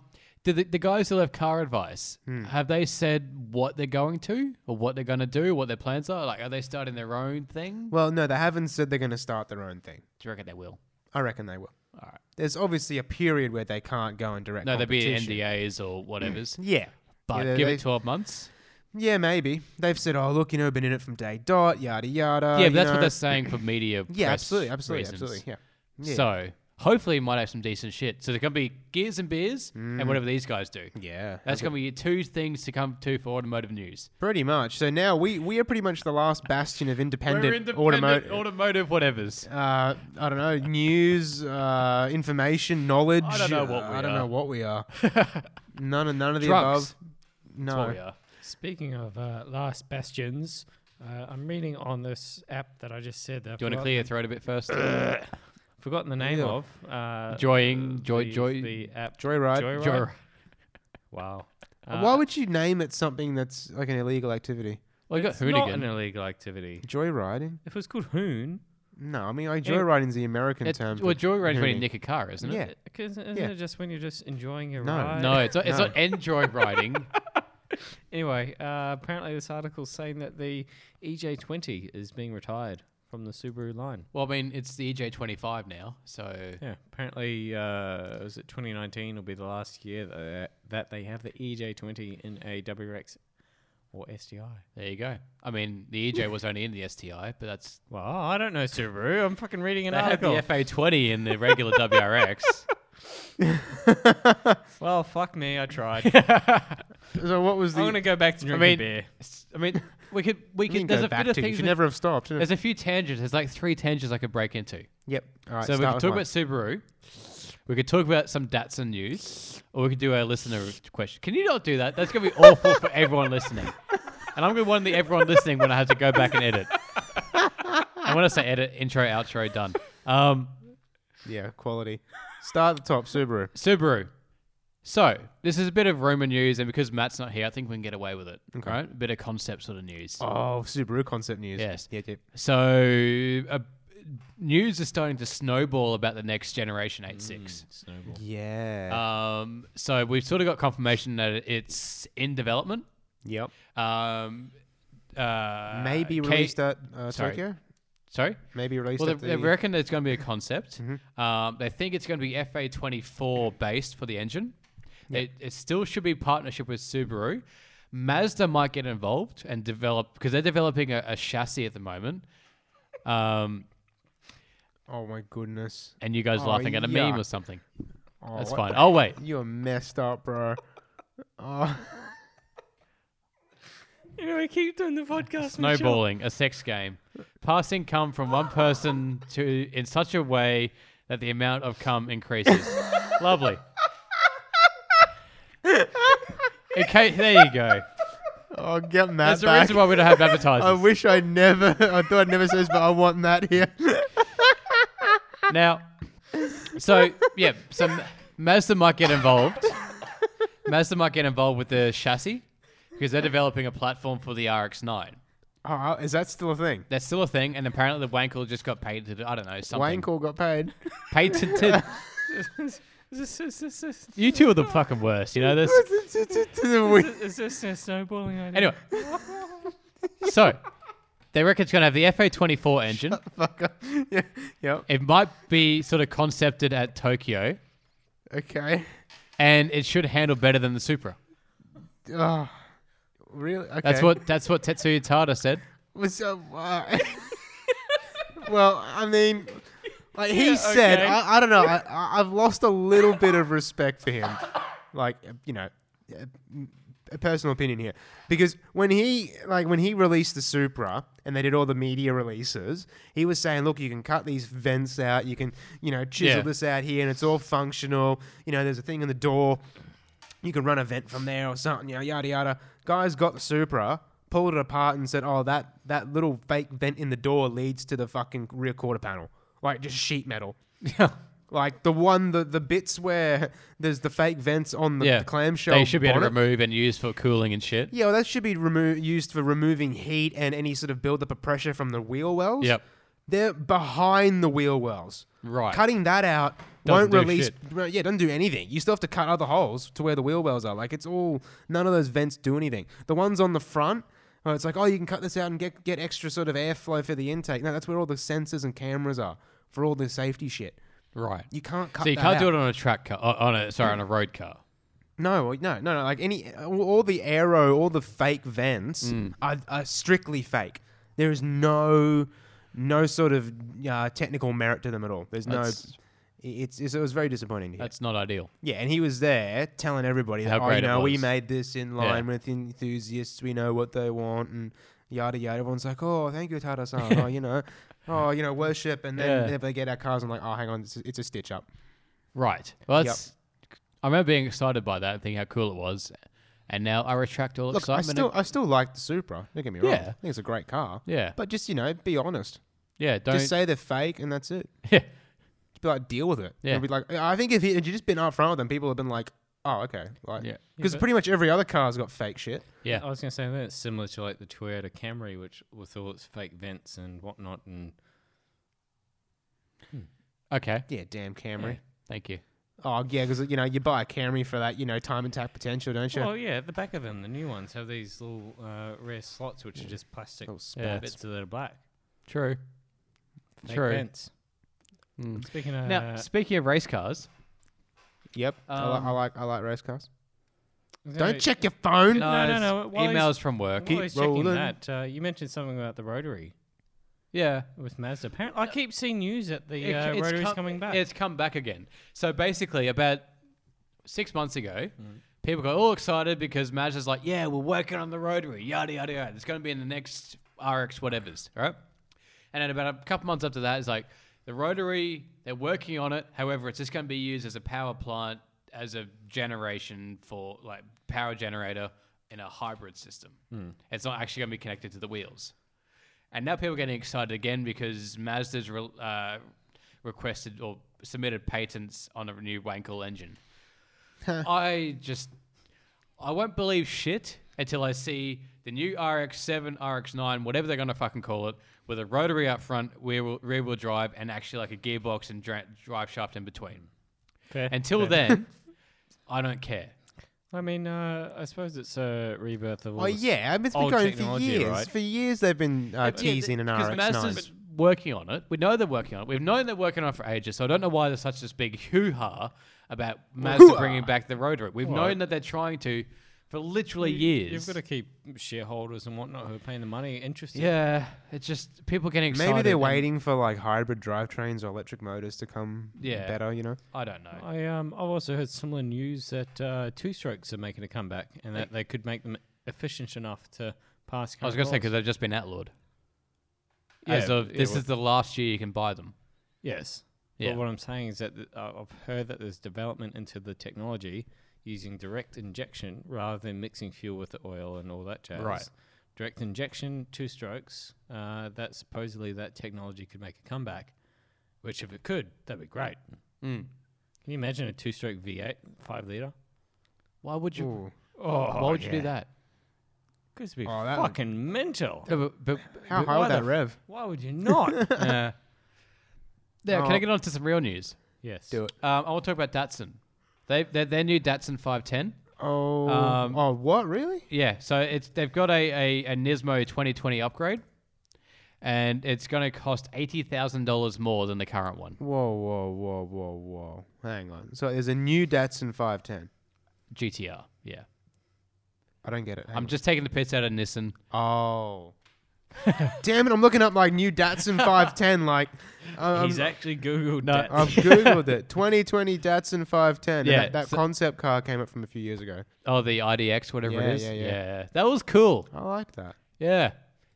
Speaker 1: do the, the guys who left car advice
Speaker 3: Hmm.
Speaker 1: have they said what they're going to or what they're going to do, what their plans are? Like, are they starting their own thing?
Speaker 3: Well, no, they haven't said they're going to start their own thing.
Speaker 1: Do you reckon they will?
Speaker 3: I reckon they will.
Speaker 1: All right.
Speaker 3: There's obviously a period where they can't go and direct.
Speaker 1: No, they'd be
Speaker 3: competition.
Speaker 1: NDAs or whatever's.
Speaker 3: Yeah.
Speaker 1: But
Speaker 3: Yeah,
Speaker 1: give
Speaker 3: they-
Speaker 1: it 12 months.
Speaker 3: Yeah, maybe they've said, "Oh, look, you know, been in it from day dot, yada yada."
Speaker 1: yeah,
Speaker 3: Uh, you
Speaker 1: but that's
Speaker 3: know.
Speaker 1: what they're saying for media.
Speaker 3: Yeah,
Speaker 1: press
Speaker 3: absolutely, absolutely,
Speaker 1: reasons.
Speaker 3: absolutely. Yeah. Yeah.
Speaker 1: So hopefully, it might have some decent shit. So there can be gears and beers and whatever these guys do.
Speaker 3: Mm. yeah,
Speaker 1: That's going to be your two things to come to for automotive news.
Speaker 3: pretty much. So now we we are pretty much the last bastion of independent, automotive.
Speaker 1: automotive whatevers.
Speaker 3: uh, I don't know, news, uh, information, knowledge.
Speaker 1: I don't know what
Speaker 3: uh,
Speaker 1: we
Speaker 3: I don't
Speaker 1: are.
Speaker 3: know what we are. none of none of the
Speaker 1: Drugs.
Speaker 3: above. No.
Speaker 1: That's what we are.
Speaker 4: Speaking of uh, last bastions, uh, I'm reading on this app that I just said. That
Speaker 1: Do you want to clear your throat a bit first?
Speaker 4: Forgotten the name
Speaker 3: Yeah.
Speaker 4: of. Uh,
Speaker 1: Joying- joy-
Speaker 4: the,
Speaker 1: joy-
Speaker 4: The app.
Speaker 3: Joyride. Uh,
Speaker 4: Joyride.
Speaker 1: Joy-
Speaker 4: Wow.
Speaker 3: Why would you name it something that's like an illegal activity?
Speaker 1: well, you got
Speaker 4: it's not an
Speaker 1: Hoonigan.
Speaker 4: illegal activity.
Speaker 3: Joyriding?
Speaker 4: If it was called Hoon,
Speaker 3: No, I mean like joyriding's the American
Speaker 1: It,
Speaker 3: term.
Speaker 1: well,
Speaker 3: for
Speaker 1: joyride is when you
Speaker 3: hooning.
Speaker 1: nick a car, isn't it?
Speaker 3: Yeah.
Speaker 4: okay, isn't, isn't
Speaker 3: Yeah.
Speaker 4: it just when you're just enjoying your
Speaker 3: No.
Speaker 4: ride?
Speaker 1: No, it's, not- it's
Speaker 3: No.
Speaker 1: not end joyriding.
Speaker 4: Anyway, uh, apparently this article's saying that the EJ20 is being retired from the Subaru line.
Speaker 1: well, I mean, it's the E EJ25 now, so
Speaker 4: Yeah, apparently, uh, was it 2019 will be the last year that, that they have the EJ20 in a WRX or STI.
Speaker 1: there you go. I mean, the EJ was only in the STI, but that's
Speaker 4: Well, I don't know Subaru. I'm fucking reading an
Speaker 1: they have the
Speaker 4: article.
Speaker 1: FA20 in the regular WRX.
Speaker 4: well, fuck me, I tried. I'm
Speaker 3: So what was the?
Speaker 4: gonna go back to drinking
Speaker 1: mean,
Speaker 4: beer.
Speaker 1: I mean, we could we
Speaker 3: You
Speaker 1: could
Speaker 3: can go
Speaker 1: there's a
Speaker 3: back
Speaker 1: bit of
Speaker 3: to. You
Speaker 1: things
Speaker 3: should
Speaker 1: we-
Speaker 3: never have stopped.
Speaker 1: there's a few tangents. There's like three tangents I could break into.
Speaker 3: Yep. All right.
Speaker 1: so we
Speaker 3: start
Speaker 1: could
Speaker 3: with
Speaker 1: talk
Speaker 3: mine.
Speaker 1: about Subaru. We could talk about some Datsun news, or we could do a listener question. Can you not do that? That's gonna be awful for everyone listening. And I'm gonna warn the everyone listening when I have to go back and edit. And when I say edit, intro, outro, done. Um,
Speaker 3: yeah quality. Start at the top. Subaru.
Speaker 1: Subaru. So this is a bit of rumor news, and because Matt's not here, I think we can get away with it. Okay. Right? A bit of concept sort of news.
Speaker 3: Oh, Subaru concept news.
Speaker 1: Yes.
Speaker 3: Yeah. Yep.
Speaker 1: So uh, news is starting to snowball about the next generation 86.
Speaker 4: Snowball.
Speaker 3: Yeah.
Speaker 1: Um, so we've sort of got confirmation that it's in development.
Speaker 3: yep.
Speaker 1: Um, uh,
Speaker 3: Maybe
Speaker 1: K-
Speaker 3: released at uh,
Speaker 1: sorry.
Speaker 3: Tokyo.
Speaker 1: Sorry.
Speaker 3: Maybe released
Speaker 1: Well, they,
Speaker 3: at the. Mm-hmm.
Speaker 1: they reckon it's going to be a concept. Um, they think it's going to be FA24 based for the engine. It, it still should be partnership with Subaru, Mazda might get involved and develop because they're developing a, a chassis at the moment. Um,
Speaker 3: Oh my goodness.
Speaker 1: and you guys
Speaker 3: Oh,
Speaker 1: laughing at a meme or
Speaker 3: yuck.
Speaker 1: something.
Speaker 3: Oh,
Speaker 1: That's
Speaker 3: what
Speaker 1: fine.
Speaker 3: the-
Speaker 1: Oh wait,
Speaker 3: You're messed up, bro. Oh,
Speaker 5: You know, we keep doing the podcast.
Speaker 1: snowballing, a sex game, passing cum from one person to in such a way that the amount of cum increases. Lovely. Okay, there you go.
Speaker 3: oh getting that
Speaker 1: That's the
Speaker 3: back.
Speaker 1: reason why we don't have
Speaker 3: I
Speaker 1: advertisers.
Speaker 3: wish I never. I thought I'd never say this, but I want that here.
Speaker 1: Now, so yeah, so M- Mazda might get involved. Mazda might get involved with the chassis because they're developing a platform for the RX-9.
Speaker 3: Oh, is that still a thing?
Speaker 1: That's still a thing, and apparently the Wankel just got patented. I don't know something.
Speaker 3: Wayne Call got paid.
Speaker 1: Patented.
Speaker 4: Is this, is this, is
Speaker 1: you two are the fucking worst. You know this.
Speaker 3: Wait,
Speaker 4: this, is this a snowballing idea?
Speaker 1: Anyway, so they reckon it's going to have the FA24 engine.
Speaker 3: Fuck up. Yeah. Yep.
Speaker 1: It might be sort of concepted at Tokyo,
Speaker 3: Okay.
Speaker 1: and it should handle better than the Supra.
Speaker 3: Oh, really? Okay.
Speaker 1: That's what that's what Tetsuya Tada said.
Speaker 3: What's up? Uh, well, I mean, like he said,
Speaker 4: okay.
Speaker 3: I, I don't know. I, I, I've lost a little bit of respect for him. Like, uh, you know, uh, m- a personal opinion here, because when he like when he released the Supra and they did all the media releases, he was saying, "Look, you can cut these vents out. You can, you know, chisel
Speaker 1: Yeah.
Speaker 3: this out here, and it's all functional. You know, there's a thing in the door." you can run a vent from there or something, you know, yada yada. Guys got the Supra, pulled it apart and said, oh, that, that little fake vent in the door leads to the fucking rear quarter panel. Like, just sheet metal. Like, the one, the, the bits where there's the fake vents on the
Speaker 1: yeah,
Speaker 3: clamshell.
Speaker 1: They should be able to
Speaker 3: bonnet.
Speaker 1: remove and use for cooling and shit.
Speaker 3: Yeah, well, that should be remo- used for removing heat and any sort of buildup of pressure from the wheel wells.
Speaker 1: Yep.
Speaker 3: They're behind the wheel wells.
Speaker 1: Right.
Speaker 3: Cutting that out
Speaker 1: Doesn't
Speaker 3: won't
Speaker 1: do
Speaker 3: release.
Speaker 1: shit.
Speaker 3: re- Yeah, doesn't do anything. You still have to cut other holes to where the wheel wells are. Like it's all none of those vents do anything. The ones on the front, oh, it's like oh you can cut this out and get get extra sort of airflow for the intake. No, that's where all the sensors and cameras are for all the safety shit.
Speaker 1: Right.
Speaker 3: You can't cut.
Speaker 1: so you
Speaker 3: that
Speaker 1: can't do
Speaker 3: out.
Speaker 1: it on a track car. o- On a sorry, on a road car.
Speaker 3: No, well, no, no, no. Like any, all all the aero, all the fake vents
Speaker 1: Mm.
Speaker 3: are, are strictly fake. There is no, no sort of uh, technical merit to them at all. There's
Speaker 1: That's-
Speaker 3: no. It's, it's it was very disappointing. To hear.
Speaker 1: That's not ideal.
Speaker 3: Yeah, and he was there telling everybody
Speaker 1: How
Speaker 3: that oh,
Speaker 1: great
Speaker 3: you
Speaker 1: it
Speaker 3: know we
Speaker 1: was."
Speaker 3: made this in line with enthusiasts. We know what they want and yada yada. Everyone's like, oh, thank you, Tata-san. oh, you know, oh, you know, worship. And then
Speaker 1: Yeah.
Speaker 3: if they get our cars, I'm like, oh, hang on, it's, it's a stitch up.
Speaker 1: Right. Well, that's. I remember being excited by that, and thinking how cool it was, and now I retract all
Speaker 3: Look, I
Speaker 1: excitement.
Speaker 3: still, I still like the Supra. Don't get me wrong.
Speaker 1: Yeah.
Speaker 3: I think it's a great car.
Speaker 1: Yeah.
Speaker 3: But just you know, be honest.
Speaker 1: yeah. Don't.
Speaker 3: Just say they're fake, and that's it.
Speaker 1: yeah.
Speaker 3: Just be like, deal with it.
Speaker 1: Yeah.
Speaker 3: It'll Be like, I think if he had just been upfront with them, people have been like, oh, okay, like,
Speaker 1: Yeah.
Speaker 3: because
Speaker 4: but-
Speaker 3: pretty much every other car's got fake shit.
Speaker 1: Yeah.
Speaker 4: I was going to say that it's similar to like the Toyota Camry, which with all its fake vents and whatnot, and
Speaker 1: Okay.
Speaker 3: Yeah, damn
Speaker 1: Yeah.
Speaker 3: Camry.
Speaker 1: Thank you.
Speaker 3: Oh yeah, because you know you buy a Camry for that, you know, time attack potential, don't you?
Speaker 4: oh yeah, at the back of them, the new ones have these little uh, rare slots, which are just plastic
Speaker 3: Little
Speaker 1: Yeah.
Speaker 4: bits that are black.
Speaker 1: True.
Speaker 4: Fake
Speaker 1: True.
Speaker 4: Vents.
Speaker 1: Mm.
Speaker 4: Speaking of
Speaker 1: Now, speaking of race cars,
Speaker 3: Yep. I, li-
Speaker 1: Um,
Speaker 3: I like I like race cars.
Speaker 4: no,
Speaker 3: Don't check your phone.
Speaker 4: No, no,
Speaker 1: it's
Speaker 4: no, while he's-
Speaker 1: Emails from work.
Speaker 4: While he's checking
Speaker 3: rolling.
Speaker 4: that, uh, you mentioned something about the rotary
Speaker 1: yeah.
Speaker 4: with Mazda. Apparently, I keep seeing news that the
Speaker 1: It-
Speaker 4: uh,
Speaker 1: it's
Speaker 4: rotary's
Speaker 1: come-
Speaker 4: coming back.
Speaker 1: It's come back again. So basically, about six months ago, people got all excited because Maj is like, "Yeah, we're working on the rotary, yada yada yada. It's going to be in the next RX whatever's, all right?" And then about a couple months after that, it's like the rotary. They're working on it. However, it's just going to be used as a power plant, as a generation for like power generator in a hybrid system. It's not actually going to be connected to the wheels. And now people are getting excited again because Mazda's re- uh, requested or submitted patents on a new Wankel engine. I just, I won't believe shit until I see the new RX-7, RX-9, whatever they're gonna fucking call it, with a rotary up front, rear wheel, rear wheel drive, and actually like a gearbox and dra- drive shaft in between.
Speaker 4: Fair,
Speaker 1: Until
Speaker 4: fair.
Speaker 1: then, I don't care.
Speaker 4: I mean, uh, I suppose it's a rebirth of all.
Speaker 3: Oh
Speaker 4: the s-
Speaker 3: yeah, I've been
Speaker 4: old
Speaker 3: going for
Speaker 4: technology,
Speaker 3: years.
Speaker 4: right?
Speaker 3: For years they've been uh, teasing an
Speaker 1: Because
Speaker 3: RX9.
Speaker 1: Mazda's working on it. We know they're working on it. We've known they're working on it for ages, so I don't know why there's such this big hoo ha about Mazda
Speaker 3: Hoo-ha.
Speaker 1: bringing back the rotary. We've known that they're trying to for literally years.
Speaker 4: You've got to keep shareholders and whatnot who are paying the money interested.
Speaker 1: yeah, it's just people getting excited.
Speaker 3: Maybe they're
Speaker 1: and-
Speaker 3: waiting for like hybrid drivetrains or electric motors to come
Speaker 1: Yeah.
Speaker 3: better, you know?
Speaker 1: I don't know.
Speaker 4: I um I've also heard similar news that uh, two strokes are making a comeback and that they could make them efficient enough to pass.
Speaker 1: I was going to say
Speaker 4: current
Speaker 1: because
Speaker 4: laws.
Speaker 1: they've just been outlawed.
Speaker 4: Yeah,
Speaker 1: As of
Speaker 4: yeah,
Speaker 1: this
Speaker 4: well-
Speaker 1: is the last year you can buy them.
Speaker 4: yes.
Speaker 1: Yeah.
Speaker 4: But what I'm saying is that th- uh, I've heard that there's development into the technology using direct injection rather than mixing fuel with the oil and all that jazz.
Speaker 1: Right.
Speaker 4: Direct injection, two strokes. Uh, that supposedly that technology could make a comeback, which if it could, that'd be great.
Speaker 3: Mm.
Speaker 4: Can you imagine a two-stroke V8, five liter?
Speaker 1: Why would you?
Speaker 3: Ooh.
Speaker 4: Oh,
Speaker 1: why would you do that?
Speaker 4: Because be
Speaker 3: Oh, that would-
Speaker 4: fucking mental.
Speaker 1: Yeah, but- but-
Speaker 3: How
Speaker 1: but
Speaker 3: high
Speaker 1: why
Speaker 3: would that
Speaker 1: the
Speaker 3: rev?
Speaker 4: Why would you not?
Speaker 1: f- uh, yeah, can I
Speaker 3: Oh.
Speaker 1: get on to some real news?
Speaker 4: yes.
Speaker 3: Do it.
Speaker 1: Um, I want to talk about Datsun. They their, their new Datsun 510.
Speaker 3: Oh,
Speaker 1: Um,
Speaker 3: oh, what really?
Speaker 1: Yeah, so it's they've got a, a, a Nismo 2020 upgrade, and it's going to cost eighty thousand dollars more than the current one.
Speaker 3: Whoa, whoa, whoa, whoa, whoa! Hang on. So there's a new Datsun 510.
Speaker 1: GTR. Yeah,
Speaker 3: I don't get it. Hang
Speaker 1: I'm
Speaker 3: on.
Speaker 1: just taking the piss out of Nissan.
Speaker 3: Oh. Damn it! I'm looking up like new Datsun 510. Like, um,
Speaker 4: He's actually Googled
Speaker 1: No,
Speaker 4: that.
Speaker 1: uh,
Speaker 3: I've googled it. 2020 Datsun 510. and
Speaker 1: Yeah,
Speaker 3: that, that
Speaker 1: so-
Speaker 3: concept car came up from a few years ago.
Speaker 1: Oh, the IDX, whatever
Speaker 3: Yeah,
Speaker 1: it is.
Speaker 3: yeah, yeah.
Speaker 1: that was cool.
Speaker 3: I like that.
Speaker 1: Yeah,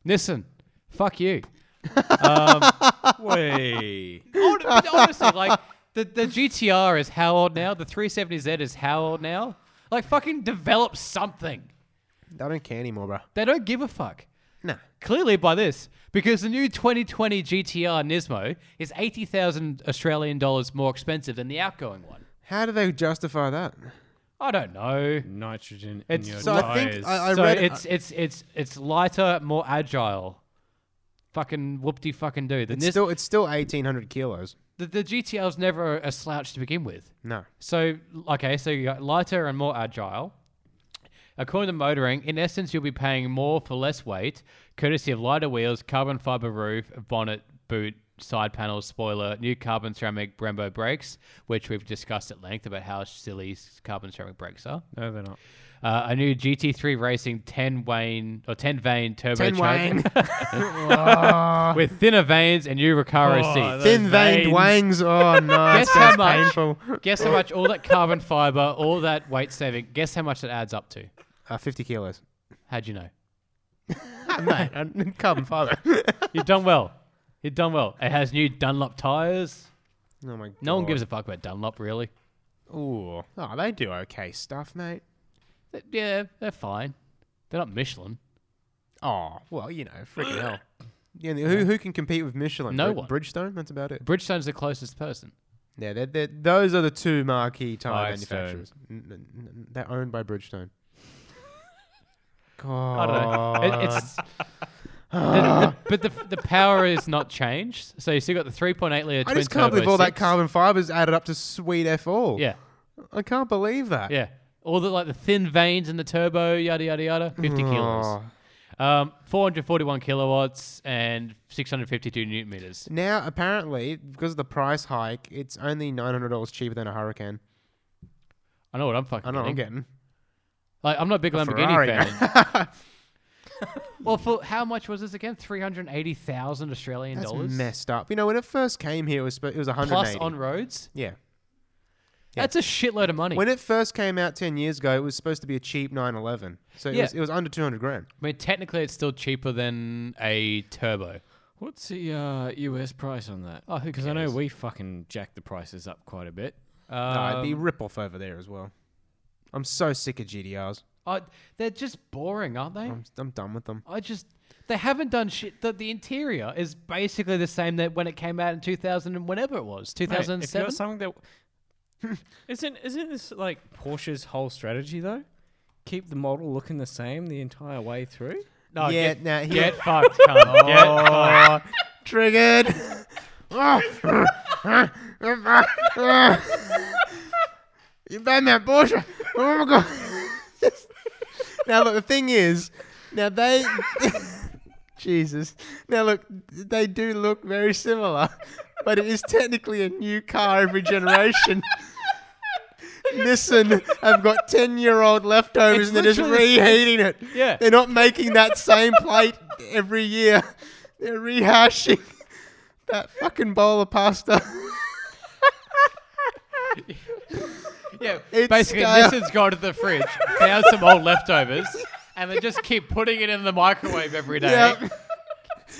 Speaker 1: Nissan, fuck you. Um,
Speaker 4: Way.
Speaker 1: Hon- but Honestly, like the the GTR is how old now? The 370Z is how old now? Like fucking develop something.
Speaker 3: I don't care anymore, bro.
Speaker 1: They don't give a fuck.
Speaker 3: Nah.
Speaker 1: Clearly by this, because the new 2020 GTR Nismo is 80,000 Australian dollars more expensive than the outgoing one.
Speaker 3: How do they justify that?
Speaker 1: I don't know.
Speaker 4: Nitrogen
Speaker 1: It's-
Speaker 4: in your
Speaker 1: so
Speaker 3: I think
Speaker 4: eyes.
Speaker 3: I- I-
Speaker 1: so
Speaker 3: read-
Speaker 1: it's it's it's it's lighter, more agile. Fucking whoopty fucking do. The,
Speaker 3: It's
Speaker 1: Nis-
Speaker 3: still it's still 1800 kilos.
Speaker 1: the, the GTR was never a slouch to begin with.
Speaker 3: No.
Speaker 1: So okay, so you got lighter and more agile. According to motoring, in essence, you'll be paying more for less weight, courtesy of lighter wheels, carbon fiber roof, bonnet, boot, side panels, spoiler, new carbon ceramic Brembo brakes, which we've discussed at length about how silly carbon ceramic brakes are.
Speaker 4: no, they're not.
Speaker 1: Uh, a new GT3 Racing 10 Wayne or 10 vein
Speaker 3: Wang.
Speaker 1: turbocharger with thinner veins and new Recaro
Speaker 4: Oh,
Speaker 1: seats.
Speaker 3: Thin veined wangs. Oh no,
Speaker 1: Guess
Speaker 3: it's
Speaker 1: how much?
Speaker 3: painful.
Speaker 1: Guess how much all that carbon fiber, all that weight saving, guess how much that adds up to?
Speaker 3: Uh, 50 kilos.
Speaker 1: How'd you know? um,
Speaker 3: Mate, I'm- carbon fiber.
Speaker 1: You've done well. You've done well. It has new Dunlop tires.
Speaker 3: Oh my god.
Speaker 1: No one gives a fuck about Dunlop, really.
Speaker 3: Ooh. Oh, they do okay stuff, mate.
Speaker 1: Th- Yeah, they're fine. They're not Michelin.
Speaker 3: Oh, well, you know, freaking hell. Yeah, and who who can compete with Michelin?
Speaker 1: No
Speaker 3: Brid-
Speaker 1: one.
Speaker 3: Bridgestone. That's about it.
Speaker 1: Bridgestone's the closest person.
Speaker 3: Yeah, they're, they're, those are the two marquee tire
Speaker 4: Firestone.
Speaker 3: manufacturers. N- n- n- they're owned by Bridgestone.
Speaker 1: I
Speaker 3: God.
Speaker 1: don't know. It- it's, the- the- but the, the power is not changed. So you still got the 3.8 litre.
Speaker 3: I just can't believe all that carbon fibers added up to sweet f all.
Speaker 1: Yeah,
Speaker 3: I can't believe that.
Speaker 1: yeah. All the like the thin veins in the turbo, yada yada yada. 50 kilos,
Speaker 3: Oh.
Speaker 1: um, 441 kilowatts, and 652 newton meters.
Speaker 3: Now, apparently, because of the price hike, it's only nine hundred dollars cheaper than a Hurricane.
Speaker 1: I know what I'm fucking.
Speaker 3: I know what I'm
Speaker 1: getting.
Speaker 3: getting.
Speaker 1: Like, I'm not a big Lamborghini
Speaker 3: Ferrari.
Speaker 1: fan. well, for how much was this again? Three hundred eighty thousand Australian
Speaker 3: That's
Speaker 1: dollars
Speaker 3: messed up. You know, when it first came here, it was sp- it was one hundred
Speaker 1: plus
Speaker 3: eighty.
Speaker 1: on roads.
Speaker 3: yeah.
Speaker 1: That's a shitload of money.
Speaker 3: When it first came out ten years ago, it was supposed to be a cheap nine eleven. So it
Speaker 1: Yeah.
Speaker 3: was it was under two hundred grand.
Speaker 1: I mean, technically, it's still cheaper than a turbo.
Speaker 4: What's the uh, US price on that?
Speaker 1: Oh, who
Speaker 4: Because I know
Speaker 1: cares?
Speaker 4: we fucking jacked the prices up quite a bit.
Speaker 3: Nah, it'd be
Speaker 1: Um,
Speaker 3: rip off over there as well. I'm so sick of GDRs.
Speaker 1: I- they're just boring, aren't they?
Speaker 3: I'm, I'm done with them.
Speaker 1: I just they haven't done shit. The, the interior is basically the same that when it came out in two thousand and whenever it was two
Speaker 4: Mate, if
Speaker 1: thousand and
Speaker 4: you're
Speaker 1: seven.
Speaker 4: something that isn't isn't this like Porsche's whole strategy though? Keep the model looking the same the entire way through.
Speaker 1: No,
Speaker 3: yeah,
Speaker 1: get,
Speaker 3: now he
Speaker 1: get fucked, cunt. Get fucked.
Speaker 3: Oh, triggered. you banned that Porsche. Oh my god. now look, the thing is, now they. Jesus. Now look, they do look very similar, but it is technically a new car every generation. Nissan have got 10 year old
Speaker 1: It's
Speaker 3: leftovers and they're just
Speaker 1: literally-
Speaker 3: reheating it.
Speaker 1: Yeah.
Speaker 3: They're not making that same plate every year, they're rehashing that fucking bowl of pasta.
Speaker 1: Yeah,
Speaker 3: It's
Speaker 1: basically,
Speaker 3: style.
Speaker 1: Nissan's gone to the fridge, found some old leftovers, and they just keep putting it in the microwave every day.
Speaker 3: Yep.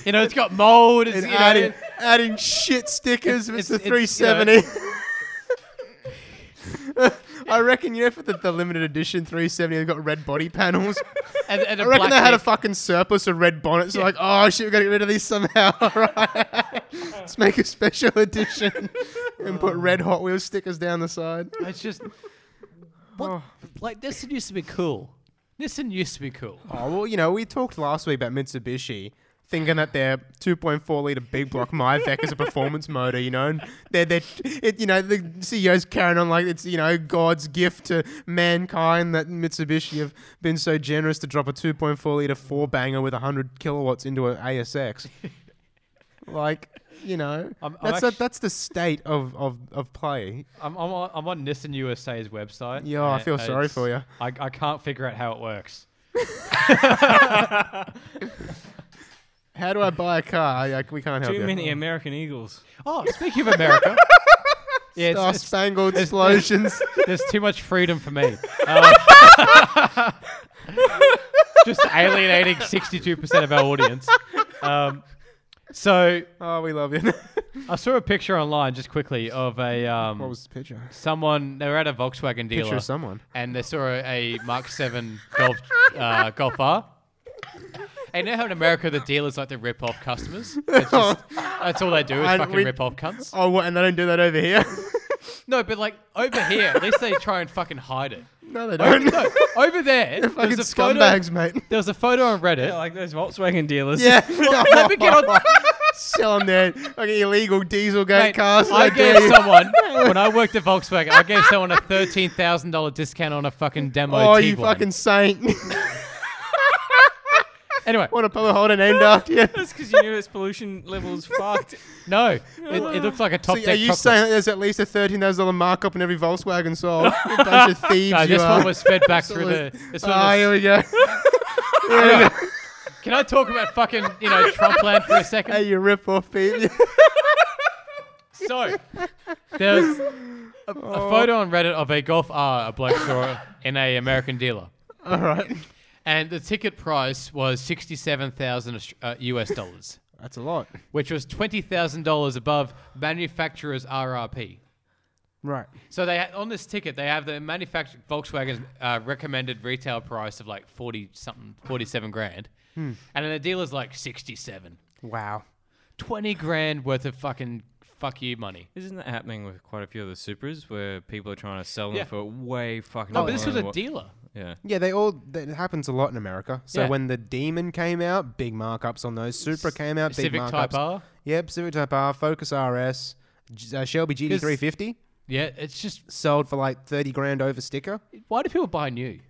Speaker 1: You know, it's got mold. It's,
Speaker 3: and
Speaker 1: you know,
Speaker 3: adding, adding shit stickers.
Speaker 1: It's-
Speaker 3: It's, the
Speaker 1: it's-
Speaker 3: 370. I reckon, you know, for the, the limited edition 370, they've got red body panels.
Speaker 1: and, and
Speaker 3: I
Speaker 1: a
Speaker 3: reckon
Speaker 1: black
Speaker 3: they had a
Speaker 1: thing.
Speaker 3: fucking surplus of red bonnets. They're like, oh shit, we gotta get rid of these somehow. All right. Let's make a special edition and put red Hot Wheels stickers down the side.
Speaker 1: It's just oh. what, like Nissan used to be cool. Nissan used to be cool.
Speaker 3: Oh, well, you know, we talked last week about Mitsubishi thinking that their 2.4 liter big block Myvec is a performance motor, you know, and they're, they're it, you know, the CEO's carrying on like it's, you know, God's gift to mankind that Mitsubishi have been so generous to drop a 2.4 liter four banger with 100 kilowatts into an ASX. like, you know,
Speaker 1: I'm- I'm
Speaker 3: that's,
Speaker 1: actu-
Speaker 3: the, that's the state of, of, of play.
Speaker 1: I'm, I'm, on, I'm on Nissan USA's website.
Speaker 3: Yeah, I
Speaker 1: and
Speaker 3: feel sorry
Speaker 1: it's-
Speaker 3: for you.
Speaker 1: I, I can't figure out how it works.
Speaker 3: How do I buy a car? Like, we can't help
Speaker 4: Too
Speaker 3: you.
Speaker 4: many American Eagles.
Speaker 1: Oh, speaking of America, yeah, it's,
Speaker 3: Star
Speaker 1: it's-
Speaker 3: Oh, spangled explosions.
Speaker 1: There's too much freedom for me. Um, just alienating 62% of our audience. Um, so
Speaker 3: oh, we love you.
Speaker 1: I saw a picture online just quickly of a um,
Speaker 3: What was the picture?
Speaker 1: someone. They were at a Volkswagen dealer,
Speaker 3: Picture of someone.
Speaker 1: and they saw a, a Mark Seven Golf uh, Golf R. And you know how in America the dealers like to rip off customers. It's just, that's all they do is
Speaker 3: And
Speaker 1: fucking
Speaker 3: we-
Speaker 1: rip off cunts.
Speaker 3: Oh, what? And they don't do that over here?
Speaker 1: No, but like over here, at least they try and fucking hide it.
Speaker 3: Oh, no, they
Speaker 1: Over,
Speaker 3: don't.
Speaker 1: no, over there, there
Speaker 3: Fucking
Speaker 1: was a photo.
Speaker 3: scumbags, mate.
Speaker 1: There was a photo on Reddit.
Speaker 4: Yeah, like those Volkswagen dealers.
Speaker 3: Yeah.
Speaker 1: Let me get on.
Speaker 3: Sell them there. Like illegal dieselgate
Speaker 1: Mate,
Speaker 3: cars.
Speaker 1: I
Speaker 3: How dare
Speaker 1: gave
Speaker 3: you.
Speaker 1: someone when I worked at Volkswagen. I gave someone a thirteen thousand dollar discount on a fucking demo.
Speaker 3: Oh, you
Speaker 1: Tiguan.
Speaker 3: fucking saint.
Speaker 1: Anyway,
Speaker 3: Want to probably hold an end after you.
Speaker 4: That's because you knew its pollution levels fucked.
Speaker 1: no, it, it looks like a
Speaker 3: So
Speaker 1: top
Speaker 3: are
Speaker 1: deck
Speaker 3: you
Speaker 1: chocolate.
Speaker 3: saying that there's at least a $13,000 markup in every Volkswagen sold? you bunch of thieves
Speaker 1: no,
Speaker 3: you
Speaker 1: this
Speaker 3: are.
Speaker 1: one was fed back through the.
Speaker 3: Absolute-
Speaker 1: This one
Speaker 3: Ah,
Speaker 1: was,
Speaker 3: here we go.
Speaker 1: Can I talk about fucking you know Trump land for a second?
Speaker 3: hey, you rip off people.
Speaker 1: So there's a,
Speaker 3: Oh.
Speaker 1: a photo on Reddit of a Golf R a bloke saw in a American dealer,
Speaker 3: All right.
Speaker 1: and the ticket price was sixty-seven thousand uh, US dollars.
Speaker 3: That's a lot.
Speaker 1: which was twenty thousand dollars above manufacturer's RRP.
Speaker 3: Right.
Speaker 1: So they ha- on this ticket they have the manufacturer Volkswagen's uh, recommended retail price of like forty something, forty seven grand,
Speaker 3: Hmm.
Speaker 1: and then the dealer's like sixty seven.
Speaker 3: Wow.
Speaker 1: 20 grand worth of fucking fuck you money.
Speaker 4: Isn't that happening with quite a few of the Supras where people are trying to sell them
Speaker 1: Yeah.
Speaker 4: for way fucking
Speaker 1: No, but Oh, this
Speaker 4: more
Speaker 1: was
Speaker 4: than
Speaker 1: a
Speaker 4: what-
Speaker 1: dealer.
Speaker 4: Yeah.
Speaker 3: Yeah, they all that happens a lot in America. So
Speaker 1: Yeah.
Speaker 3: when the Demon came out, big markups on those. Supra came out, big
Speaker 1: Civic
Speaker 3: markups.
Speaker 1: Type R.
Speaker 3: Yeah, Pacific Type R, Focus RS, G- uh, Shelby GT350
Speaker 1: Yeah, it's just
Speaker 3: sold for like thirty grand over sticker.
Speaker 1: why do people buy new?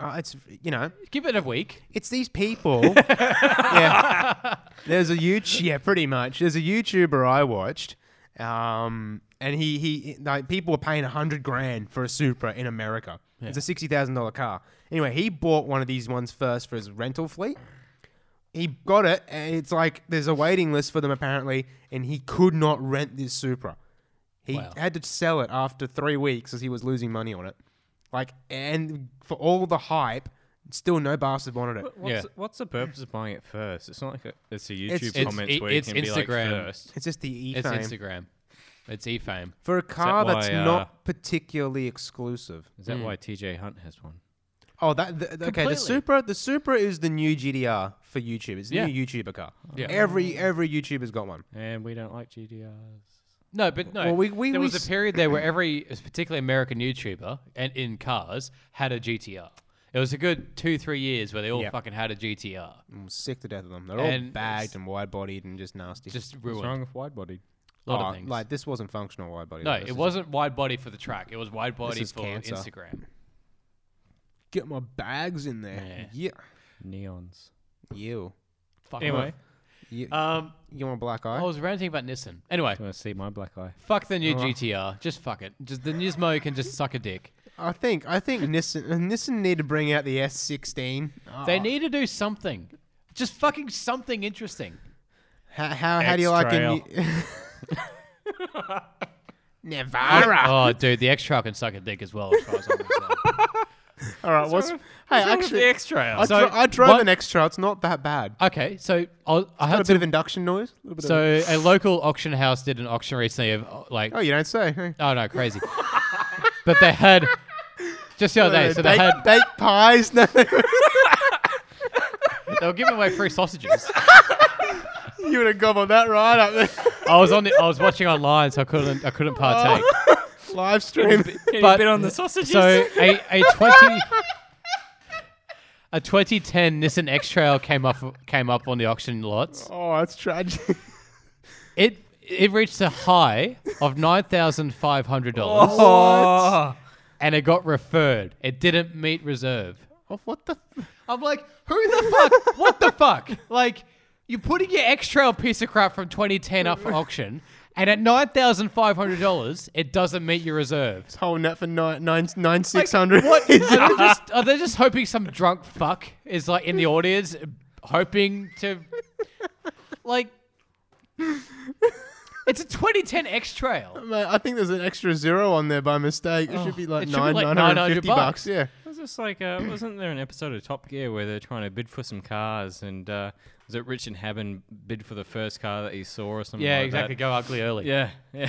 Speaker 3: Uh, it's you know,
Speaker 1: Give it a week.
Speaker 3: it's these people. yeah, there's a YouTube. Yeah, pretty much. There's a YouTuber I watched, um, and he he like people were paying hundred grand for a Supra in America. It's a sixty thousand dollar car. Anyway, he bought one of these ones first for his rental fleet. He got it, and it's like there's a waiting list for them apparently, and he could not rent this Supra. He
Speaker 1: Wow.
Speaker 3: had to sell it after three weeks as he was losing money on it. Like, and for all the hype, still no bastard wanted it.
Speaker 4: What's,
Speaker 1: Yeah.
Speaker 4: what's the purpose of buying it first? It's not like a, it's a YouTube
Speaker 3: It's- it's-
Speaker 4: comments
Speaker 1: it-
Speaker 4: where you
Speaker 1: it's
Speaker 4: can be like
Speaker 1: Instagram.
Speaker 4: first.
Speaker 3: It's just the e
Speaker 1: It's
Speaker 3: fame.
Speaker 1: Instagram. It's e fame.
Speaker 3: For a car
Speaker 4: why,
Speaker 3: that's
Speaker 4: uh,
Speaker 3: not particularly exclusive.
Speaker 4: Is that
Speaker 1: Hmm.
Speaker 4: why TJ Hunt has one?
Speaker 3: Oh, that the, the- okay.
Speaker 1: Completely.
Speaker 3: The Supra, the Supra is the new GDR for YouTube. It's the
Speaker 1: Yeah.
Speaker 3: new YouTuber car.
Speaker 1: Yeah.
Speaker 3: Every every YouTuber's got one.
Speaker 4: And we don't like GDRs.
Speaker 1: No, but no.
Speaker 3: Well, we- we-
Speaker 1: there
Speaker 3: we
Speaker 1: was
Speaker 3: s-
Speaker 1: a period there where every, particularly American YouTuber and in cars, had a GTR. It was a good two, three years where they all
Speaker 3: Yeah.
Speaker 1: fucking had a GTR,
Speaker 3: I'm sick to death of them. They're all
Speaker 1: And
Speaker 3: bagged
Speaker 1: it's-
Speaker 3: and wide bodied and just nasty.
Speaker 1: just
Speaker 4: What's
Speaker 1: ruined
Speaker 4: wrong with wide bodied?
Speaker 1: a lot
Speaker 3: Oh,
Speaker 1: of things.
Speaker 3: Like this wasn't functional wide body.
Speaker 1: no,
Speaker 3: though. This
Speaker 1: it
Speaker 3: is-
Speaker 1: wasn't wide body for the track. It was wide body
Speaker 3: is
Speaker 1: for
Speaker 3: cancer.
Speaker 1: Instagram.
Speaker 3: Get my bags in there. Yeah.
Speaker 4: Neons.
Speaker 3: You.
Speaker 1: Fuck
Speaker 4: Anyway,
Speaker 1: off.
Speaker 3: You,
Speaker 1: Um,
Speaker 3: you want a black eye?
Speaker 1: I was ranting about Nissan. Anyway,
Speaker 4: want to see my black eye?
Speaker 1: fuck the new GTR. Just fuck it. Just the Nismo can just suck a dick.
Speaker 3: I think I think Nissan Nissan need to bring out the S16.
Speaker 1: They
Speaker 3: Oh.
Speaker 1: need to do something. Just fucking something interesting.
Speaker 3: How how, how do you like a new Navara?
Speaker 1: Oh, dude, the X Trail can suck a dick as well. As far as I'm concerned.
Speaker 3: All right, what's hey actually?
Speaker 4: the extra.
Speaker 3: I,
Speaker 1: So,
Speaker 3: dro- I drove
Speaker 1: what-
Speaker 3: an extra. It's not that bad.
Speaker 1: okay, so I'll, I
Speaker 3: Got a
Speaker 1: had
Speaker 3: bit
Speaker 1: to.
Speaker 3: of induction noise. A little bit of,
Speaker 1: So a local auction house did an auction recently of uh, like
Speaker 3: oh, you don't say. hey.
Speaker 1: Oh no, crazy. but they had just the other day, so they
Speaker 3: Baked-
Speaker 1: had
Speaker 3: baked pies. No,
Speaker 1: they were giving away free sausages.
Speaker 3: you would have gobbled that right up there.
Speaker 1: I was on the, I was watching online, so I couldn't I couldn't partake.
Speaker 3: Oh. Live stream.
Speaker 1: But-
Speaker 4: But bit on the sausages.
Speaker 1: So a, a twenty a twenty ten Nissan X Trail came up came up on the auction lots.
Speaker 3: Oh, that's tragic.
Speaker 1: It it reached a high of nine thousand five hundred dollars,
Speaker 4: oh,
Speaker 1: and it got referred. It didn't meet reserve.
Speaker 3: Oh, what the? f-
Speaker 1: I'm like, who the fuck? what the fuck? Like, you're putting your X Trail piece of crap from 2010 up for auction, and at nine thousand five hundred dollars, it doesn't meet your reserves.
Speaker 3: Holding that for nine nine nine six hundred.
Speaker 1: What? Are they, just, are they just hoping some drunk fuck is like in the audience, hoping to, like, it's a 2010 X Trail.
Speaker 3: Mate, I think there's an extra zero on there by mistake. It should be like
Speaker 1: Oh. it should be
Speaker 3: nine
Speaker 1: like
Speaker 3: nine hundred
Speaker 1: 900
Speaker 3: fifty bucks.
Speaker 1: bucks.
Speaker 3: Yeah.
Speaker 4: was this like? Uh, wasn't there an episode of Top Gear where they're trying to bid for some cars and uh, was it Rich and Haben bid for the first car that he saw or something?
Speaker 1: Yeah,
Speaker 4: like
Speaker 1: exactly.
Speaker 4: That?
Speaker 1: Go ugly early.
Speaker 4: Yeah, yeah.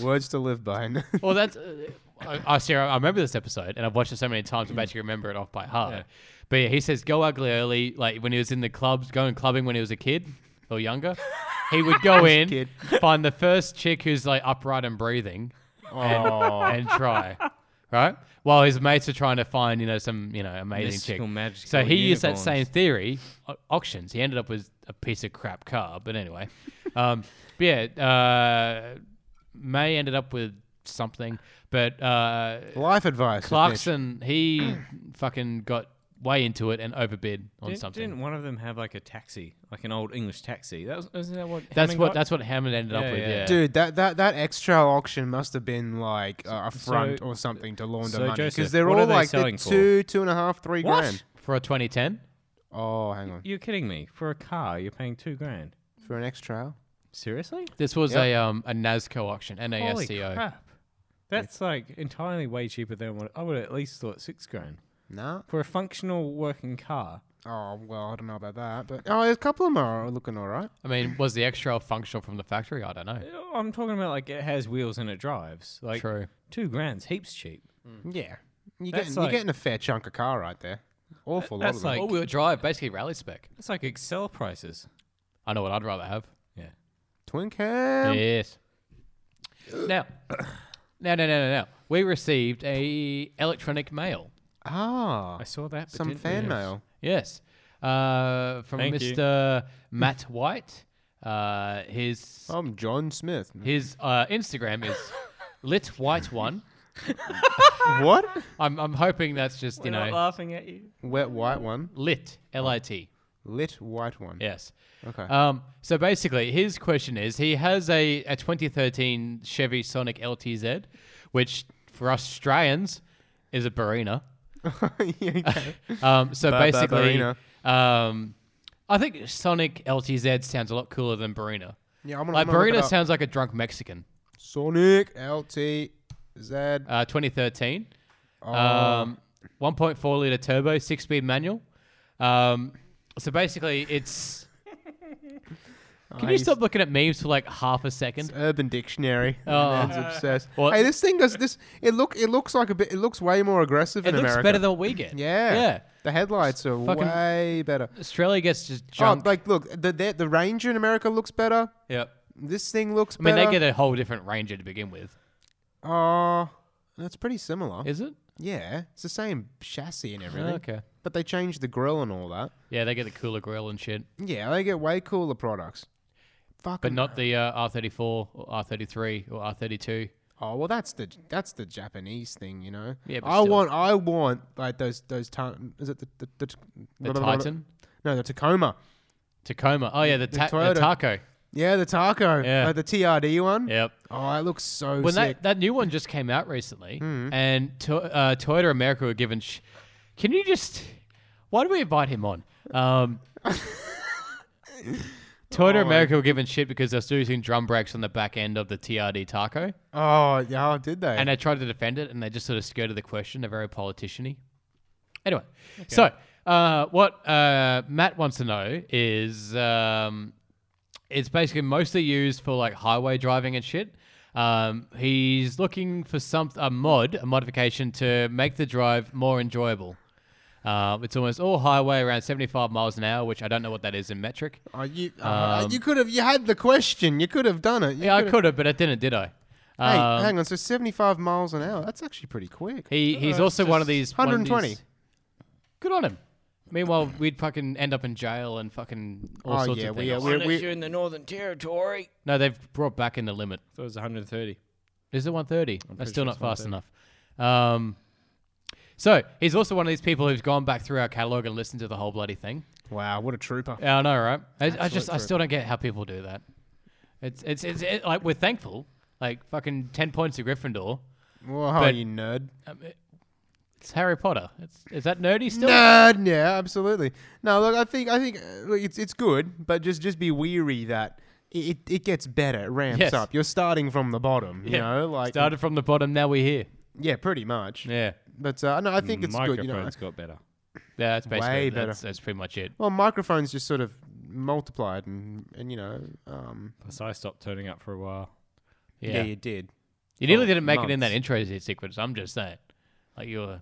Speaker 3: Words to live by.
Speaker 1: Well, that's. Uh, I, I, see, I remember this episode, and I've watched it so many times. I'm actually remember it off by heart.
Speaker 4: Yeah.
Speaker 1: But yeah, he says go ugly early. Like when he was in the clubs, going clubbing when he was a kid or younger, he would go in,
Speaker 3: kid.
Speaker 1: find the first chick who's like upright and breathing, and, and try, right? While his mates are trying to find you know some you know amazing chick.
Speaker 4: Mystical, magical
Speaker 1: So he used that
Speaker 4: unicorns.
Speaker 1: same theory au- auctions. He ended up with a piece of crap car, but anyway, um, but yeah. Uh, May ended up with something, but uh,
Speaker 3: Life advice. with Mitch.
Speaker 1: Clarkson he fucking got way into it and overbid on
Speaker 4: Didn't-
Speaker 1: something.
Speaker 4: Didn't one of them have like a taxi, like an old English taxi? That was, isn't that what?
Speaker 1: that's
Speaker 4: Hammond
Speaker 1: what
Speaker 4: got?
Speaker 1: that's what Hammond ended up
Speaker 4: Yeah,
Speaker 1: with.
Speaker 4: yeah.
Speaker 1: Yeah,
Speaker 3: Dude, that, that, that extra auction must have been like a a front or something to launder
Speaker 4: so
Speaker 3: money
Speaker 4: Joseph,
Speaker 3: they're
Speaker 4: what
Speaker 3: all
Speaker 4: are they
Speaker 3: like the
Speaker 4: selling for?
Speaker 3: two, two and a half, three
Speaker 4: What?
Speaker 3: grand.
Speaker 1: for a 2010.
Speaker 3: Oh, hang on.
Speaker 4: You're kidding me. For a car, you're paying two grand.
Speaker 3: For an extra,
Speaker 4: Seriously?
Speaker 1: This was a um a NASCO auction, NASCO.
Speaker 4: crap. That's like entirely way cheaper than what I would have at least thought six grand
Speaker 3: no.
Speaker 4: for a functional working car.
Speaker 3: Oh well, I don't know about that, but oh, a couple of them are looking all right.
Speaker 1: I mean, was the extra functional from the factory? I don't know.
Speaker 4: I'm talking about like it has wheels and it drives. Like
Speaker 1: True.
Speaker 4: two grand's heaps cheap.
Speaker 3: Yeah, you're
Speaker 4: That's
Speaker 3: getting
Speaker 4: like-
Speaker 3: you're getting a fair chunk of car right there. Awful lot
Speaker 4: that's
Speaker 3: of them.
Speaker 4: like-
Speaker 1: All wheel drive, basically rally spec.
Speaker 4: It's like Excel prices.
Speaker 1: I know what I'd rather have.
Speaker 4: Yeah.
Speaker 3: Twin cam.
Speaker 1: Yes. Now, now, now, now, now, now. We received a electronic mail.
Speaker 3: Ah,
Speaker 4: I saw that. but
Speaker 3: some
Speaker 4: didn't
Speaker 3: fan
Speaker 4: realize.
Speaker 3: mail.
Speaker 1: Yes. Uh, from
Speaker 4: Thank you.
Speaker 1: Mr. Matt White. Uh, his
Speaker 3: I'm John Smith.
Speaker 1: his uh, Instagram is lit white one.
Speaker 3: what?
Speaker 1: I'm I'm hoping that's just you
Speaker 4: We're not
Speaker 1: know
Speaker 4: laughing at you.
Speaker 3: Wet white one,
Speaker 1: lit L I T.
Speaker 3: lit white one.
Speaker 1: Yes.
Speaker 3: Okay.
Speaker 4: Uh,
Speaker 1: Um, so basically, his question is he has a, a 2013 Chevy Sonic LTZ, which for us Australians is a Barina.
Speaker 3: Yeah, okay.
Speaker 1: Um, so
Speaker 3: Ba- ba-
Speaker 1: basically,
Speaker 3: Barina.
Speaker 1: um, I think Sonic LTZ sounds a lot cooler than Barina.
Speaker 3: yeah, I'm gonna.
Speaker 1: Like,
Speaker 3: I'm gonna look it
Speaker 1: Barina
Speaker 3: up.
Speaker 1: sounds like a drunk Mexican.
Speaker 3: Sonic LT Z.
Speaker 1: Uh, 2013.
Speaker 3: Oh,
Speaker 1: Um, 1.4 liter turbo, six speed manual. Um, so basically, it's. Can you
Speaker 3: he's-
Speaker 1: stop looking at memes for like half a second?
Speaker 3: Urban Dictionary.
Speaker 1: Oh.
Speaker 3: Oh, man's obsessed.
Speaker 1: Well-
Speaker 3: hey, this thing does this. It look it looks like a bit. It looks way more aggressive
Speaker 1: It
Speaker 3: in
Speaker 1: looks
Speaker 3: America.
Speaker 1: better than what we get.
Speaker 3: yeah,
Speaker 1: Yeah.
Speaker 3: The headlights are
Speaker 1: Fucking-
Speaker 3: way better.
Speaker 1: Australia gets just junk.
Speaker 3: Oh, like look, the, the the Ranger in America looks better.
Speaker 1: yep.
Speaker 3: This thing looks
Speaker 1: I mean,
Speaker 3: better.
Speaker 1: they get a whole different Ranger to begin with.
Speaker 3: Oh, that's pretty similar.
Speaker 1: Is it?
Speaker 3: yeah, it's the same chassis and everything.
Speaker 1: Okay.
Speaker 3: But they changed the grill and all that.
Speaker 1: Yeah, they get the cooler grill and shit,
Speaker 3: Yeah, they get way cooler products. Fucking.
Speaker 1: but not the uh, R34 or R33 or R32.
Speaker 3: Oh well, that's the that's the Japanese thing, you know.
Speaker 1: Yeah, but
Speaker 3: I
Speaker 1: still.
Speaker 3: want I want like those those Titan. Is it the the, the,
Speaker 1: The Titan.
Speaker 3: No, the Tacoma.
Speaker 1: Tacoma. Oh yeah, the, ta- the
Speaker 3: Toyota.
Speaker 1: taco.
Speaker 3: Yeah, the taco.
Speaker 1: Yeah.
Speaker 3: Like the TRD one.
Speaker 1: Yep.
Speaker 3: Oh, it looks so
Speaker 1: When
Speaker 3: sick. Hmm.
Speaker 1: that, that new one just came out recently, and to, uh, Toyota America were given. Sh- Can you just? Why do we invite him on? Um,
Speaker 3: Oh
Speaker 1: Toyota America were given shit because they're still using drum brakes on the back end of the TRD taco,
Speaker 3: oh, yeah, oh, did they?
Speaker 1: and they tried to defend it, and they just sort of skirted the question. They're very politiciany. Anyway, so uh, what uh, Matt wants to know is um, it's basically mostly used for like highway driving and shit. Um, he's looking for some a mod, a modification to make the drive more enjoyable. Uh, it's almost all highway around 75 miles an hour, which I don't know what that is in metric.
Speaker 3: oh, you, oh, you could have. You had the question. You could have done it.
Speaker 1: um,
Speaker 3: You
Speaker 1: Yeah, I
Speaker 3: coulda-
Speaker 1: could have, but I didn't, did I?
Speaker 3: Hey,
Speaker 1: Um,
Speaker 3: hang on. So 75 miles an hour. That's actually pretty quick.
Speaker 1: He he's also one of these one of
Speaker 3: 120.
Speaker 1: these- good on him. Meanwhile, we'd fucking end up in jail and fucking all
Speaker 3: Oh,
Speaker 1: sorts
Speaker 3: yeah,
Speaker 1: of
Speaker 3: we
Speaker 1: things.
Speaker 3: are- we- Unless
Speaker 6: you're in the Northern Territory.
Speaker 1: no, they've brought back in the limit.
Speaker 4: So it was 130.
Speaker 1: Is it 130? That's still not fast enough. Um, so he's also one of these people who's gone back through our catalog and listened to the whole bloody thing.
Speaker 3: Wow, what a trooper.
Speaker 1: Yeah, I know, right? I, I just I still don't get how people do that. It's it's it's it, like we're thankful. Like fucking ten points to Gryffindor.
Speaker 3: Whoa, oh,
Speaker 1: But-
Speaker 3: you nerd.
Speaker 1: It's Harry Potter. It's, is that nerdy still?
Speaker 3: Nerd. Yeah, absolutely. No, look, I think I think uh, look, it's it's good, but just just be weary that it it, it gets better. It ramps
Speaker 1: Yes.
Speaker 3: up. You're starting from the bottom. You know, like
Speaker 1: started from the bottom. Now we're here.
Speaker 3: yeah, pretty much.
Speaker 1: Yeah.
Speaker 3: But uh, no, I think it's good. You know,
Speaker 4: Microphones got better.
Speaker 1: Yeah, that's basically
Speaker 3: Way better.
Speaker 1: that's, that's pretty much it.
Speaker 3: well, microphones just sort of multiplied and and you know, um,
Speaker 4: Plus, I stopped turning up for a while.
Speaker 1: Yeah,
Speaker 3: you did.
Speaker 1: you nearly didn't make it in that intro se- sequence. I'm just saying, like you were.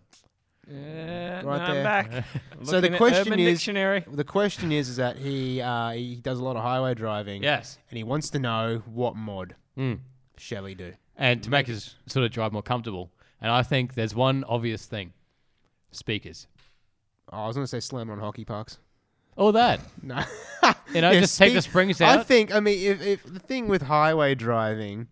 Speaker 4: Yeah,
Speaker 3: Right there.
Speaker 4: I'm back.
Speaker 3: So the
Speaker 4: Looking at
Speaker 3: question
Speaker 4: Urban
Speaker 3: is,
Speaker 4: Dictionary.
Speaker 3: the question is, is that he uh, he does a lot of highway driving.
Speaker 1: Yes,
Speaker 3: and he wants to know what mod
Speaker 4: Hmm.
Speaker 3: shall he do.
Speaker 1: and to make his sort of drive more comfortable. And I think there's one obvious thing: speakers.
Speaker 3: Oh, I was going to say slam on hockey pucks.
Speaker 1: All that.
Speaker 3: No.
Speaker 1: You know,
Speaker 3: Yeah,
Speaker 1: just take the
Speaker 3: speak-
Speaker 1: springs
Speaker 3: I
Speaker 1: out.
Speaker 3: think, I mean, if, if the thing with highway driving,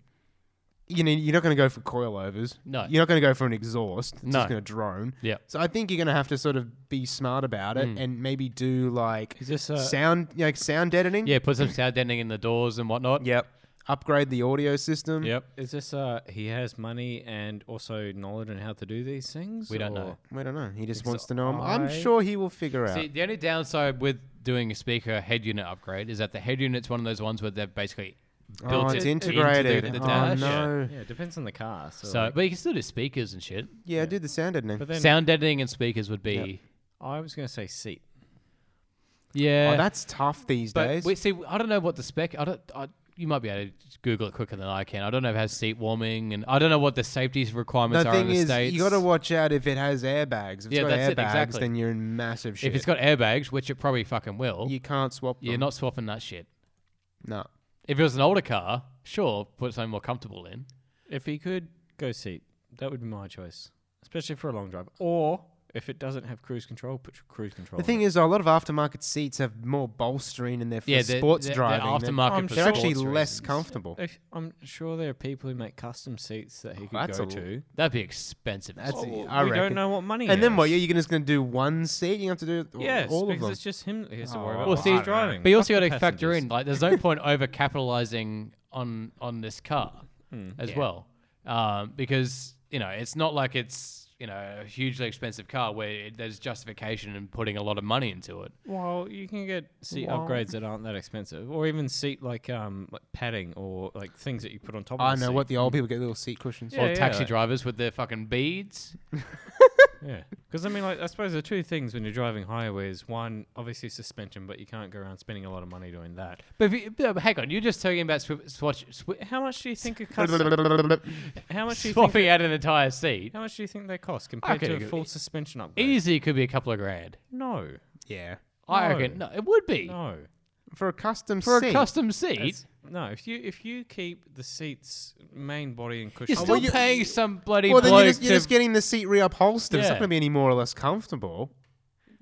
Speaker 3: you know, you're not going to go for coilovers.
Speaker 1: No.
Speaker 3: You're not going to go for an exhaust. It's
Speaker 1: No.
Speaker 3: just going to drone.
Speaker 1: Yep.
Speaker 3: So I think you're going to have to sort of be smart about it
Speaker 1: Mm.
Speaker 3: and maybe do like
Speaker 4: Is this, uh,
Speaker 3: sound, you know, like sound deadening.
Speaker 1: yeah, put some sound deadening in the doors and whatnot.
Speaker 3: Yep. Upgrade the audio system.
Speaker 1: Yep.
Speaker 4: Is this uh he has money and also knowledge on how to do these things?
Speaker 1: We don't know.
Speaker 3: I don't know. He just
Speaker 4: So
Speaker 3: wants to know. I... am
Speaker 4: I-
Speaker 3: sure he will figure out.
Speaker 1: See, the only downside with doing a speaker head unit upgrade is that the head unit's one of those ones where they're basically built
Speaker 3: oh, it's
Speaker 1: it into the-
Speaker 3: integrated.
Speaker 1: the,
Speaker 3: oh,
Speaker 1: dash.
Speaker 3: no.
Speaker 4: Yeah, it depends on the car. So,
Speaker 1: So,
Speaker 4: like-
Speaker 1: but you can still do speakers and shit.
Speaker 3: Yeah, I did the sound deadening.
Speaker 4: but then
Speaker 1: Sound deadening and speakers would be.
Speaker 4: I was gonna say seat.
Speaker 1: Yeah.
Speaker 3: Oh, that's tough these
Speaker 1: But
Speaker 3: days.
Speaker 1: we see. I don't know what the spec. I don't. I, you might be able to Google it quicker than I can. I don't know if it has seat warming, and I don't know what the safety requirements
Speaker 3: the
Speaker 1: are in
Speaker 3: thing
Speaker 1: the
Speaker 3: is,
Speaker 1: states.
Speaker 3: you got to watch out if it has airbags. If it's
Speaker 1: Yeah,
Speaker 3: got
Speaker 1: that's
Speaker 3: airbags,
Speaker 1: it, exactly.
Speaker 3: then you're in massive shit.
Speaker 1: if it's got airbags, which it probably fucking will,
Speaker 3: you can't swap.
Speaker 1: you're
Speaker 3: them.
Speaker 1: not swapping that shit.
Speaker 3: No.
Speaker 1: If it was an older car, sure, put something more comfortable in.
Speaker 4: If he could go seat, that would be my choice, especially for a long drive. Or if it doesn't have cruise control, put your cruise control.
Speaker 3: The thing is, though, a lot of aftermarket seats have more bolstering and they're for
Speaker 1: Yeah, they're-
Speaker 3: sports
Speaker 1: they're- they're
Speaker 3: driving.
Speaker 1: aftermarket
Speaker 4: I'm
Speaker 1: for
Speaker 3: they're actually
Speaker 1: sports
Speaker 3: less
Speaker 1: reasons.
Speaker 3: comfortable.
Speaker 4: I'm sure there are people who make custom seats that he could
Speaker 3: that's
Speaker 4: go
Speaker 3: a l-
Speaker 4: to.
Speaker 1: That'd be expensive. as
Speaker 3: That's
Speaker 1: fuck.
Speaker 3: it. I
Speaker 4: I we
Speaker 3: reckon.
Speaker 4: don't know what money. he
Speaker 3: And then
Speaker 4: has.
Speaker 3: what? You're just going to do one seat? You have to do all-
Speaker 4: Yes,
Speaker 3: all of
Speaker 4: because
Speaker 3: them.
Speaker 4: it's just him that he has to worry
Speaker 3: Oh,
Speaker 4: about.
Speaker 1: Well,
Speaker 4: while
Speaker 1: see,
Speaker 4: he's driving.
Speaker 1: But you also
Speaker 4: Fuck
Speaker 1: got
Speaker 4: the
Speaker 1: to factor
Speaker 4: passengers.
Speaker 1: in like there's no point over capitalizing on on this car
Speaker 3: Hmm.
Speaker 1: as well, um, because you know it's not like it's you know a hugely expensive car where it, there's justification in putting a lot of money into it.
Speaker 4: Well, you can get seat
Speaker 3: Well-
Speaker 4: upgrades that aren't that expensive, or even seat like um like padding or like things that you put on top. of
Speaker 3: I
Speaker 4: the
Speaker 3: know
Speaker 4: seat.
Speaker 3: what the old people get little seat cushions.
Speaker 4: Yeah,
Speaker 1: or taxi
Speaker 4: like-
Speaker 1: drivers with their fucking beads.
Speaker 4: Yeah, because I mean, like I suppose there are two things when you're driving highways. One, obviously suspension, but you can't go around spending a lot of money doing that.
Speaker 1: But, if you, but hang on, you're just talking about swi- swatch, swi-
Speaker 4: How much do you think a custom,
Speaker 3: Well,
Speaker 4: How much do you think?
Speaker 1: swapping out an entire seat.
Speaker 4: How much do you think they cost compared
Speaker 1: Okay,
Speaker 4: to a
Speaker 1: good.
Speaker 3: e-,
Speaker 4: full suspension upgrade?
Speaker 1: Easy could be a couple of grand.
Speaker 4: No,
Speaker 3: yeah.
Speaker 1: I
Speaker 4: No.
Speaker 1: reckon. No, it would be
Speaker 4: no,
Speaker 3: For a custom
Speaker 1: for
Speaker 3: seat.
Speaker 1: a custom seat.
Speaker 4: That's- no. If you if you keep the seats main body and cushion,
Speaker 1: You're still
Speaker 3: Oh, well, you-
Speaker 1: paying some bloody
Speaker 3: Well, then you're
Speaker 1: bloke
Speaker 3: just, you're
Speaker 1: to-
Speaker 3: just getting the seat reupholstered. It's not
Speaker 1: Yeah.
Speaker 3: going to be any more or less comfortable.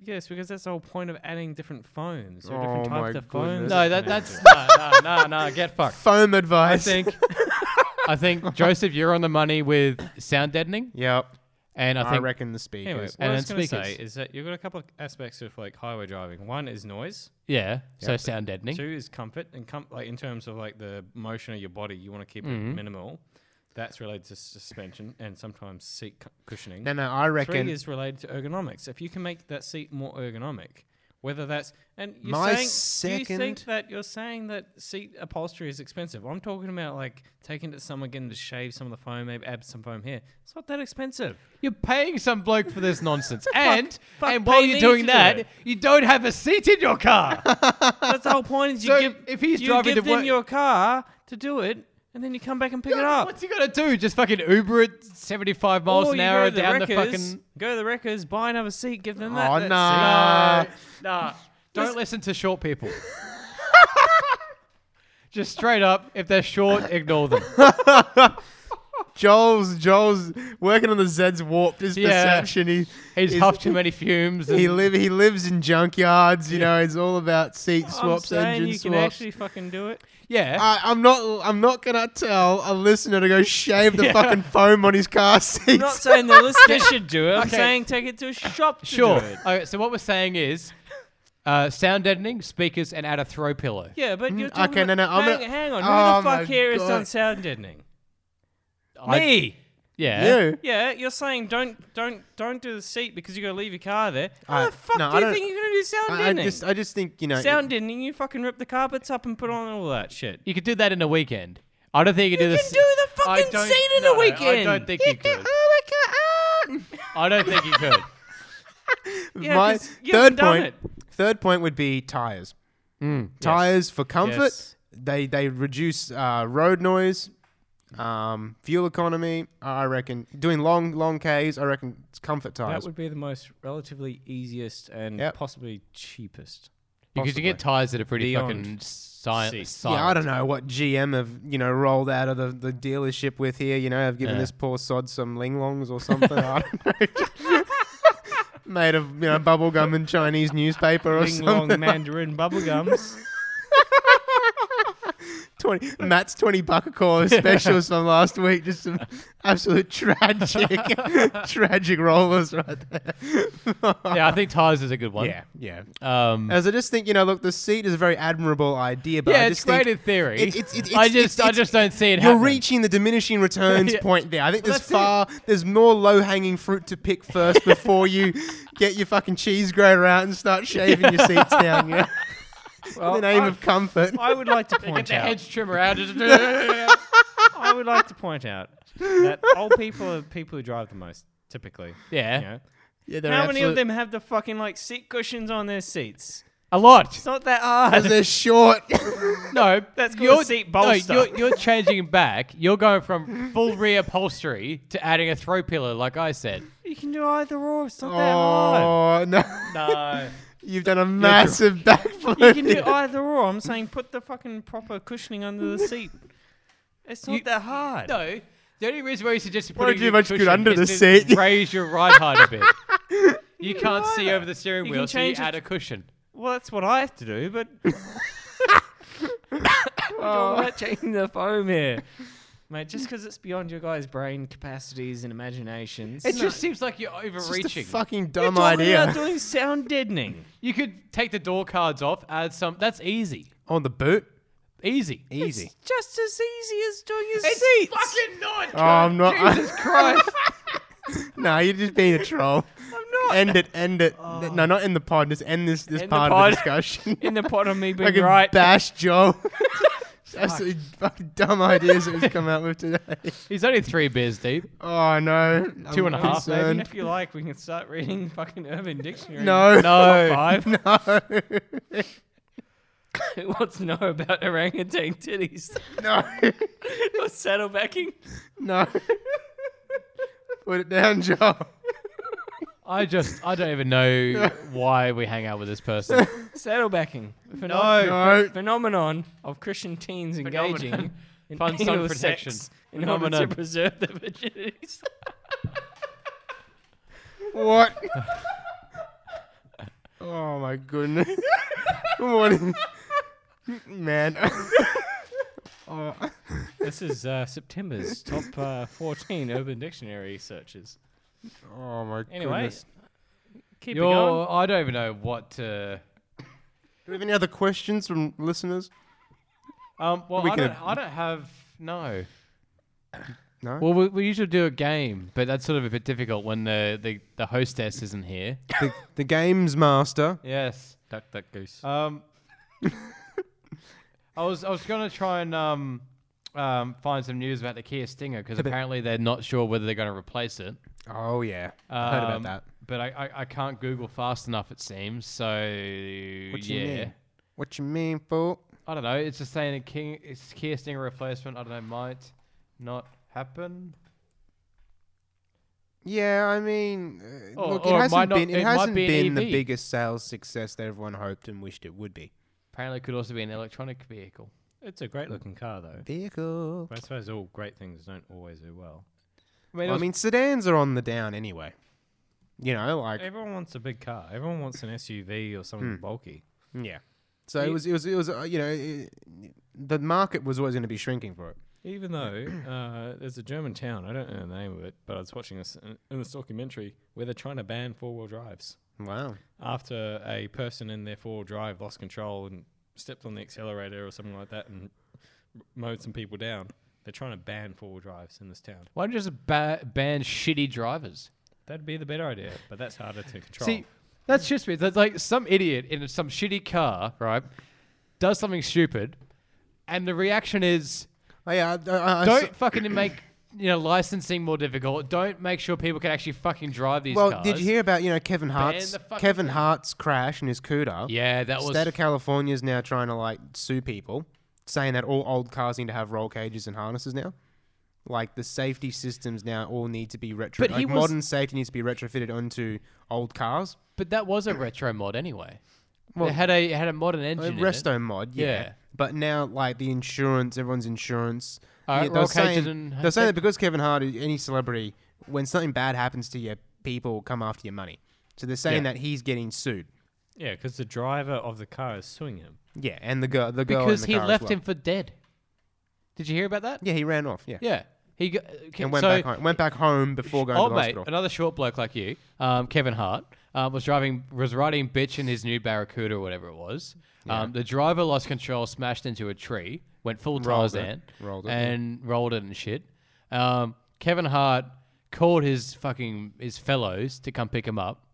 Speaker 4: yes, because that's the whole point of adding different phones or
Speaker 3: Oh,
Speaker 4: different
Speaker 3: my
Speaker 4: types of phones.
Speaker 3: goodness.
Speaker 1: No, that, that's no, no, no, no. Get fucked.
Speaker 3: Foam advice.
Speaker 1: I think I think Joseph, you're on the money with sound deadening,
Speaker 3: Yep.
Speaker 1: And I
Speaker 3: I
Speaker 1: think
Speaker 3: reckon the speakers.
Speaker 4: Anyway, what
Speaker 1: And
Speaker 4: I was
Speaker 1: then
Speaker 4: going to say
Speaker 1: speakers.
Speaker 4: is that you've got a couple of aspects of like highway driving. One is noise.
Speaker 1: yeah, so sound deadening.
Speaker 4: Two is comfort, and com- like in terms of like the motion of your body, you want to keep it minimal. That's related to suspension and sometimes seat cu- cushioning.
Speaker 3: No, no, I reckon
Speaker 4: Three is related to ergonomics. If you can make that seat more ergonomic, whether that's and you're
Speaker 3: My
Speaker 4: saying do you
Speaker 3: second-
Speaker 4: think that you're saying that seat upholstery is expensive? I'm talking about like taking it to someone, getting to shave some of the foam, maybe add some foam here. It's not that expensive.
Speaker 1: You're paying some bloke for this nonsense, and
Speaker 4: fuck,
Speaker 1: and while
Speaker 4: pay
Speaker 1: you're
Speaker 4: me
Speaker 1: doing
Speaker 4: to do
Speaker 1: that,
Speaker 4: it.
Speaker 1: you don't have a seat in your car.
Speaker 4: That's the whole point. Is you
Speaker 1: So
Speaker 4: give
Speaker 1: if he's
Speaker 4: you
Speaker 1: driving
Speaker 4: give
Speaker 1: to
Speaker 4: them
Speaker 1: work-
Speaker 4: your car to do it, and then you come back and pick it up.
Speaker 1: What's he gonna do? Just fucking Uber at 75 miles
Speaker 4: Or
Speaker 1: an
Speaker 4: you
Speaker 1: hour
Speaker 4: go to the
Speaker 1: down the
Speaker 4: wreckers,
Speaker 1: fucking.
Speaker 4: go to the wreckers, buy another seat, give them that.
Speaker 3: Oh
Speaker 4: that
Speaker 3: nah.
Speaker 1: Nah, don't listen to short people. Just straight up, if they're short, ignore them.
Speaker 3: Joel's Joel's working on the Zed's warped his
Speaker 1: Yeah.
Speaker 3: perception. He
Speaker 1: He's
Speaker 3: he's-
Speaker 1: huffed too many fumes. And
Speaker 3: he live he lives in junkyards. You know, it's all about seat
Speaker 4: seat.
Speaker 3: swaps,
Speaker 4: I'm saying
Speaker 3: engine
Speaker 4: you can
Speaker 3: swaps.
Speaker 4: actually fucking do it.
Speaker 1: yeah,
Speaker 3: I, I'm not. I'm not gonna tell a listener to go shave the fucking foam on his car
Speaker 4: I'm not
Speaker 3: seats.
Speaker 4: saying the listener should do it. I'm
Speaker 1: Okay.
Speaker 4: saying take it to a shop. To
Speaker 1: sure.
Speaker 4: Do it.
Speaker 1: Okay, so what we're saying is, uh, sound deadening, speakers, and add a throw pillow.
Speaker 4: Yeah, but you're
Speaker 3: Mm,
Speaker 4: talking
Speaker 3: okay,
Speaker 4: about,
Speaker 3: no, no, I'm
Speaker 4: hang,
Speaker 3: gonna-
Speaker 4: hang on.
Speaker 3: Oh
Speaker 4: Who the
Speaker 3: my
Speaker 4: fuck here has
Speaker 3: God.
Speaker 4: done sound deadening?
Speaker 1: I-
Speaker 4: Me.
Speaker 1: Yeah.
Speaker 3: You.
Speaker 4: Yeah, you're saying don't don't don't do the seat because you got to leave your car there. How
Speaker 3: I-
Speaker 4: the fuck
Speaker 3: no, I
Speaker 4: do you
Speaker 3: don't-
Speaker 4: think you're gonna do sound
Speaker 3: I, I
Speaker 4: deadening?
Speaker 3: just I just think you know.
Speaker 4: sound deadening, you fucking rip the carpets up and put on all that shit.
Speaker 1: You could do that in a weekend. I don't think you could do
Speaker 4: You
Speaker 1: this.
Speaker 4: can do the
Speaker 1: I
Speaker 4: fucking
Speaker 1: don't-
Speaker 4: seat in
Speaker 1: no,
Speaker 4: a weekend.
Speaker 1: I don't think you could. I don't think you could.
Speaker 4: Yeah,
Speaker 3: my
Speaker 4: 'cause you
Speaker 3: third
Speaker 4: haven't done
Speaker 3: point. Third point would be tires. Tires for comfort.
Speaker 4: Yes.
Speaker 3: They they reduce uh, road noise, um, fuel economy. I reckon doing long long k's. I reckon it's comfort
Speaker 4: That
Speaker 3: tires.
Speaker 4: would be the most relatively easiest and
Speaker 3: Yep.
Speaker 4: possibly cheapest.
Speaker 1: Because you get tires that are pretty
Speaker 4: Beyond
Speaker 1: fucking si-
Speaker 4: seat.
Speaker 1: silent.
Speaker 3: Yeah, I don't know what GM have you know rolled out of the, the dealership with here. You know, have given
Speaker 1: Yeah.
Speaker 3: this poor sod some linglongs or something. I don't know. Made of you know bubblegum and Chinese newspaper or
Speaker 4: Ling
Speaker 3: something.
Speaker 4: long mandarin bubblegums.
Speaker 3: Twenty Matt's twenty buck a call specials from last week. Just some absolute tragic, tragic rollers right there.
Speaker 1: Yeah, I think tires is a good one.
Speaker 3: yeah, yeah.
Speaker 1: Um,
Speaker 3: As I just think, you know, look, the seat is a very admirable idea, but I
Speaker 1: yeah, it's
Speaker 3: just
Speaker 1: great in
Speaker 3: think
Speaker 1: theory.
Speaker 3: it- it's- it-
Speaker 1: I
Speaker 3: it's-
Speaker 1: just,
Speaker 3: it's-
Speaker 1: I just don't see it.
Speaker 3: you're
Speaker 1: happening.
Speaker 3: reaching the diminishing returns
Speaker 1: Yeah.
Speaker 3: point there. I think there's
Speaker 1: that's it.
Speaker 3: far, there's more low hanging fruit to pick first before you get your fucking cheese grater out and start shaving your seats down. Yeah, in the name of comfort.
Speaker 4: I would like to
Speaker 1: Get
Speaker 4: point
Speaker 1: the
Speaker 4: out.
Speaker 1: hedge trimmer out.
Speaker 4: I would like to point out that old people are people who drive the most typically.
Speaker 1: yeah,
Speaker 4: You know?
Speaker 3: yeah,
Speaker 4: How many of them have the fucking like seat cushions on their seats?
Speaker 1: a lot.
Speaker 4: It's not that hard.
Speaker 3: They're short.
Speaker 1: No,
Speaker 4: That's called a
Speaker 1: you're,
Speaker 4: seat
Speaker 1: no,
Speaker 4: bolster.
Speaker 1: you're, you're changing back. You're going from full reupholstery to adding a throw pillow, like I said.
Speaker 4: You can do either or. It's not that hard.
Speaker 3: oh no,
Speaker 4: No.
Speaker 3: you've done a massive backflip.
Speaker 4: You can do either or. I'm saying put the fucking proper cushioning under the seat. It's not
Speaker 1: You-
Speaker 4: that hard.
Speaker 1: No, the only reason why you suggested
Speaker 3: Why don't
Speaker 1: putting
Speaker 3: you
Speaker 1: your
Speaker 3: much good
Speaker 1: cushion
Speaker 3: under
Speaker 1: is
Speaker 3: the
Speaker 1: to
Speaker 3: seat?
Speaker 1: raise your right height a bit. You can't see over the steering
Speaker 4: You
Speaker 1: wheel,
Speaker 4: can
Speaker 1: so you
Speaker 4: change it
Speaker 1: add a cushion.
Speaker 4: Well, that's what I have to do, but
Speaker 3: Oh.
Speaker 4: I'm not changing the foam here. Mate, just because it's beyond your guys' brain capacities and imaginations.
Speaker 1: It just seems like you're overreaching.
Speaker 3: Just a fucking
Speaker 4: You're
Speaker 3: dumb
Speaker 4: talking
Speaker 3: idea.
Speaker 4: about doing sound deadening.
Speaker 1: You could take the door cards off, add some. That's easy.
Speaker 3: On the boot,
Speaker 1: Easy.
Speaker 3: easy.
Speaker 4: Just as easy as doing your seats.
Speaker 1: fucking not.
Speaker 3: Oh, I'm not.
Speaker 1: Christ.
Speaker 3: no, you're just being a troll.
Speaker 4: I'm not. Oh.
Speaker 3: End it. End it. No, not in the pod. Just end this this
Speaker 4: End the
Speaker 3: part of the
Speaker 4: pod.
Speaker 3: discussion.
Speaker 4: In the pot of me being
Speaker 3: Fucking
Speaker 4: right.
Speaker 3: bash Joel. It's Absolutely fucking dumb ideas that he's come out with today.
Speaker 1: He's only three beers deep.
Speaker 3: Oh no,
Speaker 1: Two and
Speaker 3: I'm
Speaker 1: a half,
Speaker 4: Maybe
Speaker 3: concerned.
Speaker 4: if you like, we can start reading fucking Urban Dictionary.
Speaker 3: No,
Speaker 1: No.
Speaker 4: Who wants to know about orangutan titties
Speaker 3: no,
Speaker 4: or saddlebacking?
Speaker 3: no. Put it down, Joel.
Speaker 1: I just, I don't even know why we hang out with this person.
Speaker 4: Saddlebacking. a phenom-
Speaker 3: No.
Speaker 4: Phenomenon of Christian teens engaging
Speaker 1: Phenomenon.
Speaker 4: in
Speaker 1: Fun sun
Speaker 4: anal
Speaker 1: protection.
Speaker 4: sex in order to
Speaker 1: Phenomenon.
Speaker 4: preserve their virginities.
Speaker 3: What? oh my goodness. what? is- Man.
Speaker 4: this is uh, September's top uh, 14 Urban Dictionary searches.
Speaker 3: Oh my
Speaker 4: Anyway,
Speaker 3: goodness.
Speaker 5: Keep it going.
Speaker 1: You're, I don't even know what to.
Speaker 3: Do we have any other questions from listeners?
Speaker 1: Um, well,
Speaker 3: We
Speaker 1: I
Speaker 3: can-
Speaker 1: don't, I don't have. No.
Speaker 3: No?
Speaker 1: Well, we, we usually do a game, but that's sort of a bit difficult when the, the, the hostess isn't here.
Speaker 3: the, the games master.
Speaker 1: yes.
Speaker 4: duck, duck, goose.
Speaker 1: Um, I was I was gonna try and um, um, find some news about the Kia Stinger because apparently they're not sure whether they're gonna replace it.
Speaker 3: Oh yeah, I heard
Speaker 1: Um,
Speaker 3: about that.
Speaker 1: But I, I, I can't Google fast enough. It seems so.
Speaker 3: What you
Speaker 1: yeah.
Speaker 3: mean? What you mean, fool?
Speaker 1: I don't know. It's just saying a King it's Kia Stinger replacement. I don't know. Might not happen.
Speaker 3: Yeah, I mean, uh,
Speaker 1: Or-
Speaker 3: look,
Speaker 1: or
Speaker 3: it
Speaker 1: it
Speaker 3: hasn't
Speaker 1: might not-
Speaker 3: been, it
Speaker 1: it might
Speaker 3: hasn't
Speaker 1: be an E
Speaker 3: been the
Speaker 1: EV.
Speaker 3: biggest sales success that everyone hoped and wished it would be.
Speaker 1: Apparently, it could also be an electronic vehicle.
Speaker 4: It's a great looking car, though.
Speaker 3: Vehicle.
Speaker 4: But I suppose all great things don't always do well.
Speaker 1: I mean, it
Speaker 3: I
Speaker 1: was-
Speaker 3: mean, sedans are on the down anyway. You know, like
Speaker 4: Everyone wants a big car. Everyone wants an SUV or
Speaker 1: Hmm.
Speaker 4: something bulky.
Speaker 3: yeah. So it was, it was, it was. Uh, you know, it, the market was always going to be shrinking for it.
Speaker 4: Even though uh, there's a German town, I don't know the name of it, but I was watching this in- in this documentary where they're trying to ban four wheel drives
Speaker 3: Wow.
Speaker 4: after a person in their four wheel drive lost control and stepped on the accelerator or something like that and r- mowed some people down. They're trying to ban four wheel drives in this town.
Speaker 1: why don't you just ba- ban shitty drivers?
Speaker 4: That'd be the better idea, but that's harder to control.
Speaker 1: See, that's just weird. That's like some idiot in some shitty car, right? Does something stupid, and the reaction is
Speaker 3: Oh, yeah, I, I, I- I
Speaker 1: don't
Speaker 3: saw-
Speaker 1: fucking make you know licensing more difficult. Don't make sure people can actually fucking drive these
Speaker 3: well,
Speaker 1: cars.
Speaker 3: did you hear about you know Kevin Hart's
Speaker 1: the fucking
Speaker 3: Kevin
Speaker 1: thing.
Speaker 3: Hart's crash in his CUDA?
Speaker 1: Yeah, that was
Speaker 3: State of California is now trying to like sue people, saying that all old cars need to have roll cages and harnesses now. Like the safety systems now all need to be retro.
Speaker 1: But he
Speaker 3: like,
Speaker 1: was-
Speaker 3: modern safety needs to be retrofitted onto old cars.
Speaker 1: But that was a retro mod anyway.
Speaker 3: Well,
Speaker 1: it had a it had a modern
Speaker 3: A
Speaker 1: engine. in it.
Speaker 3: resto mod, yeah.
Speaker 1: Yeah.
Speaker 3: But now, like the insurance, everyone's insurance.
Speaker 1: All
Speaker 3: yeah,
Speaker 1: right,
Speaker 3: they're
Speaker 1: roll cages
Speaker 3: saying,
Speaker 1: and-
Speaker 3: they're saying that because Kevin Hart is any celebrity, when something bad happens to you, people come after your money. So they're saying
Speaker 1: Yeah.
Speaker 3: that he's getting sued.
Speaker 4: yeah, because the driver of the car is suing him.
Speaker 3: Yeah, and the girl, the girl, in
Speaker 1: because
Speaker 3: the
Speaker 1: he
Speaker 3: car as
Speaker 1: left
Speaker 3: well.
Speaker 1: him for dead. Did you hear about that?
Speaker 3: Yeah, he ran off. Yeah,
Speaker 1: Yeah. He got, okay,
Speaker 3: and went
Speaker 1: so
Speaker 3: back home. Went back home before going
Speaker 1: Oh
Speaker 3: to the
Speaker 1: mate,
Speaker 3: hospital.
Speaker 1: another short bloke like you, um, Kevin Hart, um, was driving, was riding bitch in his new Barracuda or whatever it was. Um, the driver lost control, smashed into a tree, went full
Speaker 3: Rolled it.
Speaker 1: Tarzan,
Speaker 3: Rolled it, yeah.
Speaker 1: and rolled it and shit. Um, Kevin Hart called his fucking his fellows to come pick him up,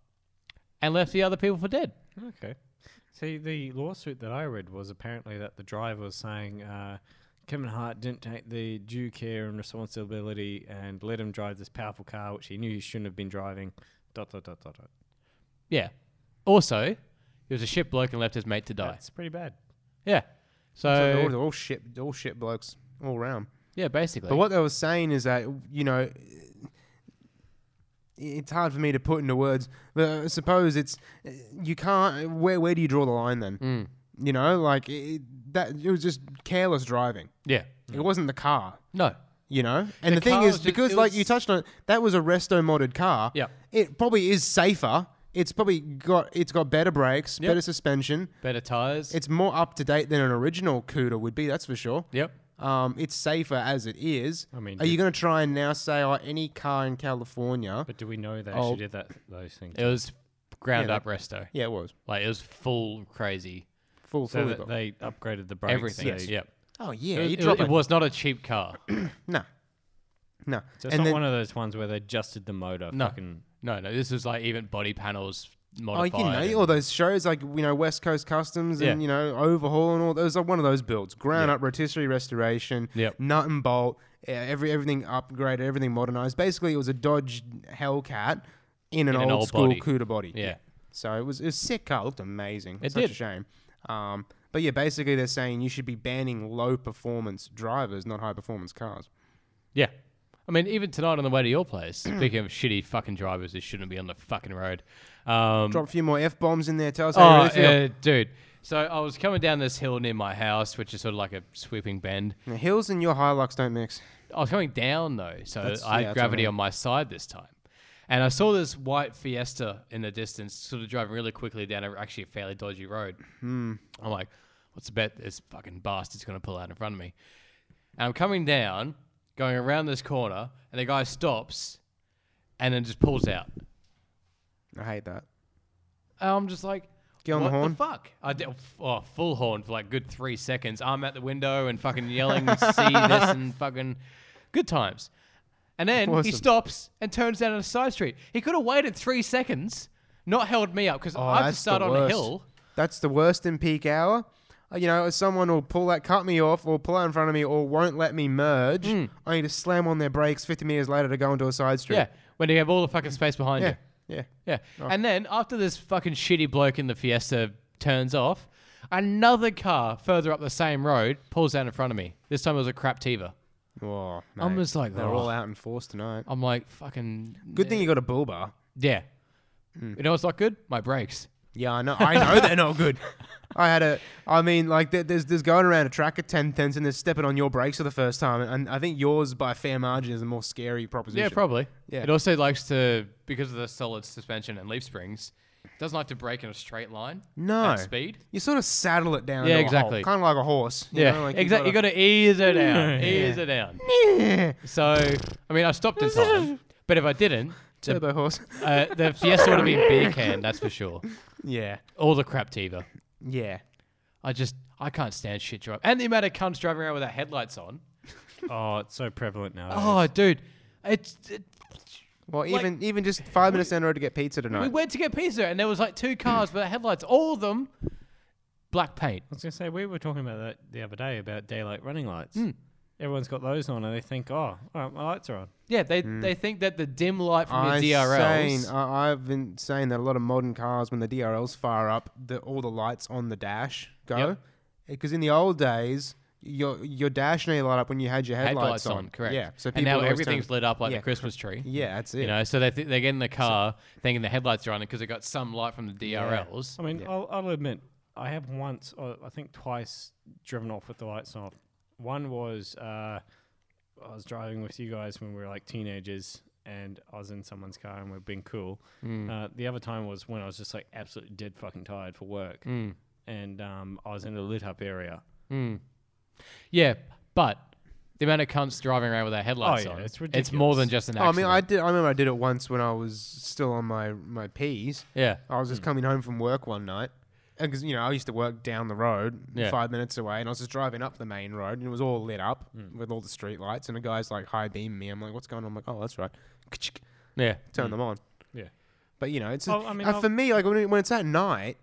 Speaker 1: and left the other people for dead.
Speaker 4: Okay. See, the lawsuit that I read was apparently that the driver was saying uh, Kevin Hart didn't take the due care and responsibility and let him drive this powerful car, which he knew he shouldn't have been driving. Dot, dot, dot, dot, dot.
Speaker 1: Yeah. Also, he was a shit bloke and left his mate to die.
Speaker 4: That's pretty bad.
Speaker 1: yeah.
Speaker 3: So they're all,
Speaker 1: So
Speaker 3: they're all shit, all shit blokes all round.
Speaker 1: yeah, basically.
Speaker 3: But what they were saying is that you know, it's hard for me to put into words. But suppose it's you can't. Where where do you draw the line then?
Speaker 1: Mm.
Speaker 3: You know, like it, that. It was just careless driving.
Speaker 1: yeah.
Speaker 3: It wasn't the car.
Speaker 1: No.
Speaker 3: You know, and the, thing
Speaker 1: car
Speaker 3: is,
Speaker 1: was just-
Speaker 3: because
Speaker 1: it
Speaker 3: like
Speaker 1: was-
Speaker 3: you touched on, it, that was a resto modded car.
Speaker 1: Yeah.
Speaker 3: it probably is safer. It's probably got it's got better brakes,
Speaker 1: Yep.
Speaker 3: better suspension.
Speaker 1: Better tires.
Speaker 3: It's more up to date than an original CUDA would be. That's for sure.
Speaker 1: yep.
Speaker 3: Um, it's safer as it is. I
Speaker 4: mean,
Speaker 3: are you going to try and now say, "Oh, any car in California"?
Speaker 4: But do we know they
Speaker 3: Oh.
Speaker 4: actually did that those things?
Speaker 1: It was ground
Speaker 3: Yeah,
Speaker 1: up resto.
Speaker 3: yeah, it was
Speaker 1: Like it was full crazy.
Speaker 3: full.
Speaker 4: So
Speaker 3: fully
Speaker 4: that
Speaker 3: got-
Speaker 4: they upgraded the brakes.
Speaker 1: Everything.
Speaker 4: they-
Speaker 1: Yep.
Speaker 3: oh yeah,
Speaker 1: it,
Speaker 3: you
Speaker 1: it-
Speaker 3: drop
Speaker 1: it was not a cheap car.
Speaker 3: no, no.
Speaker 4: So it's
Speaker 3: and
Speaker 4: not
Speaker 3: then,
Speaker 4: one of those ones where they adjusted the motor.
Speaker 1: No.
Speaker 4: Fucking,
Speaker 1: no, no. This was like even body panels
Speaker 3: oh,
Speaker 1: modified.
Speaker 3: you know,
Speaker 1: and-
Speaker 3: all those shows like you know West Coast Customs
Speaker 1: Yeah.
Speaker 3: and you know Overhaul and all those are one of those builds, ground up rotisserie restoration,
Speaker 1: Yep.
Speaker 3: nut and bolt, eh, every everything upgraded, everything modernized. Basically, it was a Dodge Hellcat in an,
Speaker 1: In an
Speaker 3: old,
Speaker 1: old
Speaker 3: school
Speaker 1: body.
Speaker 3: CUDA body.
Speaker 1: yeah.
Speaker 3: So it was, it was a sick car. It looked amazing. It's such
Speaker 1: did.
Speaker 3: a shame. Um, but yeah, basically they're saying you should be banning low performance drivers, not high performance cars.
Speaker 1: Yeah. I mean, even tonight on the way to your place, speaking of shitty fucking drivers who shouldn't be on the fucking road. Um,
Speaker 3: Drop a few more f bombs in there. Tell us how
Speaker 1: Oh,
Speaker 3: you really feel.
Speaker 1: uh, dude. So I was coming down this hill near my house, which is sort of like a sweeping bend.
Speaker 3: The hills and your Hilux don't mix.
Speaker 1: I was coming down though, so
Speaker 3: That's-
Speaker 1: I
Speaker 3: yeah,
Speaker 1: had
Speaker 3: that's
Speaker 1: gravity
Speaker 3: alright.
Speaker 1: on my side this time. And I saw this white Fiesta in the distance, sort of driving really quickly down a actually a fairly dodgy road.
Speaker 3: Hmm.
Speaker 1: I'm like, what's the bet this fucking bastard's going to pull out in front of me? And I'm coming down, going around this corner, and the guy stops and then just pulls out.
Speaker 3: I hate that.
Speaker 1: And I'm just like,
Speaker 3: Get on
Speaker 1: what
Speaker 3: the horn.
Speaker 1: fuck? I did oh, full horn for like good three seconds. I'm at the window and fucking yelling, see this and fucking good times. And then he
Speaker 3: Awesome.
Speaker 1: stops and turns down a side street. He could have waited three seconds, not held me up because
Speaker 3: Oh,
Speaker 1: I have to
Speaker 3: that's the
Speaker 1: start on a
Speaker 3: worst.
Speaker 1: hill.
Speaker 3: That's the worst in peak hour. Uh, You know, someone will pull that, cut me off, or pull out in front of me, or won't let me merge. I need to slam on their brakes 50 meters later to go into a side street.
Speaker 1: Hmm. Yeah, when you have all the fucking space behind
Speaker 3: yeah, Oh.
Speaker 1: you.
Speaker 3: yeah.
Speaker 1: Yeah. And then after this fucking shitty bloke in the Fiesta turns off, another car further up the same road pulls down in front of me. This time it was a crap Tiva.
Speaker 3: Whoa,
Speaker 1: I'm
Speaker 3: mate.
Speaker 1: just like,
Speaker 3: they're
Speaker 1: oh.
Speaker 3: all out in force tonight.
Speaker 1: I'm like, fucking.
Speaker 3: Good thing you got a bull bar.
Speaker 1: Yeah.
Speaker 3: Hmm.
Speaker 1: You know what's not good? My brakes.
Speaker 3: Yeah, I know. I know they're not good. I had a. I mean, like there- there's there's going around a track at ten tenths and they're stepping on your brakes for the first time, and I think yours by a fair margin is a more scary proposition.
Speaker 1: Yeah, probably.
Speaker 3: Yeah.
Speaker 1: It also likes to, because of the solid suspension and leaf springs, it doesn't like to brake in a straight line.
Speaker 3: No.
Speaker 1: At speed.
Speaker 3: You sort of saddle it down.
Speaker 1: Yeah,
Speaker 3: into a hole,
Speaker 1: exactly.
Speaker 3: Kind of like a horse. you
Speaker 1: yeah,
Speaker 3: know, like
Speaker 1: exactly. You got to ease it out. Ease it out.
Speaker 3: gotta-
Speaker 1: So, I mean, I stopped in time, but if I didn't, the
Speaker 3: turbo horse.
Speaker 1: Uh, the Fiesta would have been beer can, that's for sure.
Speaker 3: Yeah,
Speaker 1: All the crap Tiva.
Speaker 3: yeah.
Speaker 1: I just, I can't stand shit drive. And the amount of cunts driving around without headlights on.
Speaker 4: Oh, it's so prevalent now.
Speaker 1: Oh, dude. It's, it,
Speaker 3: Well, even even just five minutes down the road to get pizza
Speaker 1: we
Speaker 3: tonight.
Speaker 1: went to get pizza and there was like two cars without headlights. All of them black paint.
Speaker 4: I was gonna say we were talking about that the other day about daylight running lights.
Speaker 1: Hmm.
Speaker 4: Everyone's got those on, and they think, "Oh, all right, my lights are on."
Speaker 1: Yeah, they they think that the dim light from
Speaker 3: Hmm. I
Speaker 1: your DRLs.
Speaker 3: seen- I, I've been saying that a lot of modern cars, when the DRLs fire up, the, all the lights on the dash go.
Speaker 1: Yep.
Speaker 3: Because in the old days, your your dash only light up when you had your headlights,
Speaker 1: headlights on, correct?
Speaker 3: Yeah. So
Speaker 1: and now
Speaker 3: always turn-
Speaker 1: everything's lit up like
Speaker 3: Yeah,
Speaker 1: the Christmas tree.
Speaker 3: Yeah, that's it.
Speaker 1: You know, so they th- they get in the car thinking the headlights are on because they got some light from the DRLs.
Speaker 4: I mean, I'll, I'll admit, I have once, or I think twice, driven off with the lights off. One was uh, I was driving with you guys when we were like teenagers, and I was in someone's car, and we've been cool. Uh, the other time was when I was just like absolutely dead fucking tired for work, and um, I was in a lit up area.
Speaker 1: Yeah, but the amount of cunts driving around with their headlights
Speaker 4: yeah,
Speaker 1: on,
Speaker 4: it's
Speaker 1: It's more
Speaker 4: ridiculous.
Speaker 1: than just an
Speaker 3: Oh, I
Speaker 1: accident.
Speaker 3: mean, I did. I remember I did it once when I was still on my my P's.
Speaker 1: yeah.
Speaker 3: I was just coming home from work one night. Because, you know, I used to work down the road,
Speaker 1: Yeah.
Speaker 3: five minutes away, and I was just driving up the main road, and it was all lit up
Speaker 1: Hmm.
Speaker 3: with all the street lights. And the guy's like high beaming me. I'm like, what's going on? I'm like, oh, that's right.
Speaker 1: Yeah.
Speaker 3: Turn them on.
Speaker 4: Yeah.
Speaker 3: But, you know, it's
Speaker 4: Oh, I mean,
Speaker 3: uh,
Speaker 4: I'll-
Speaker 3: for me, like when, it- when it's at night,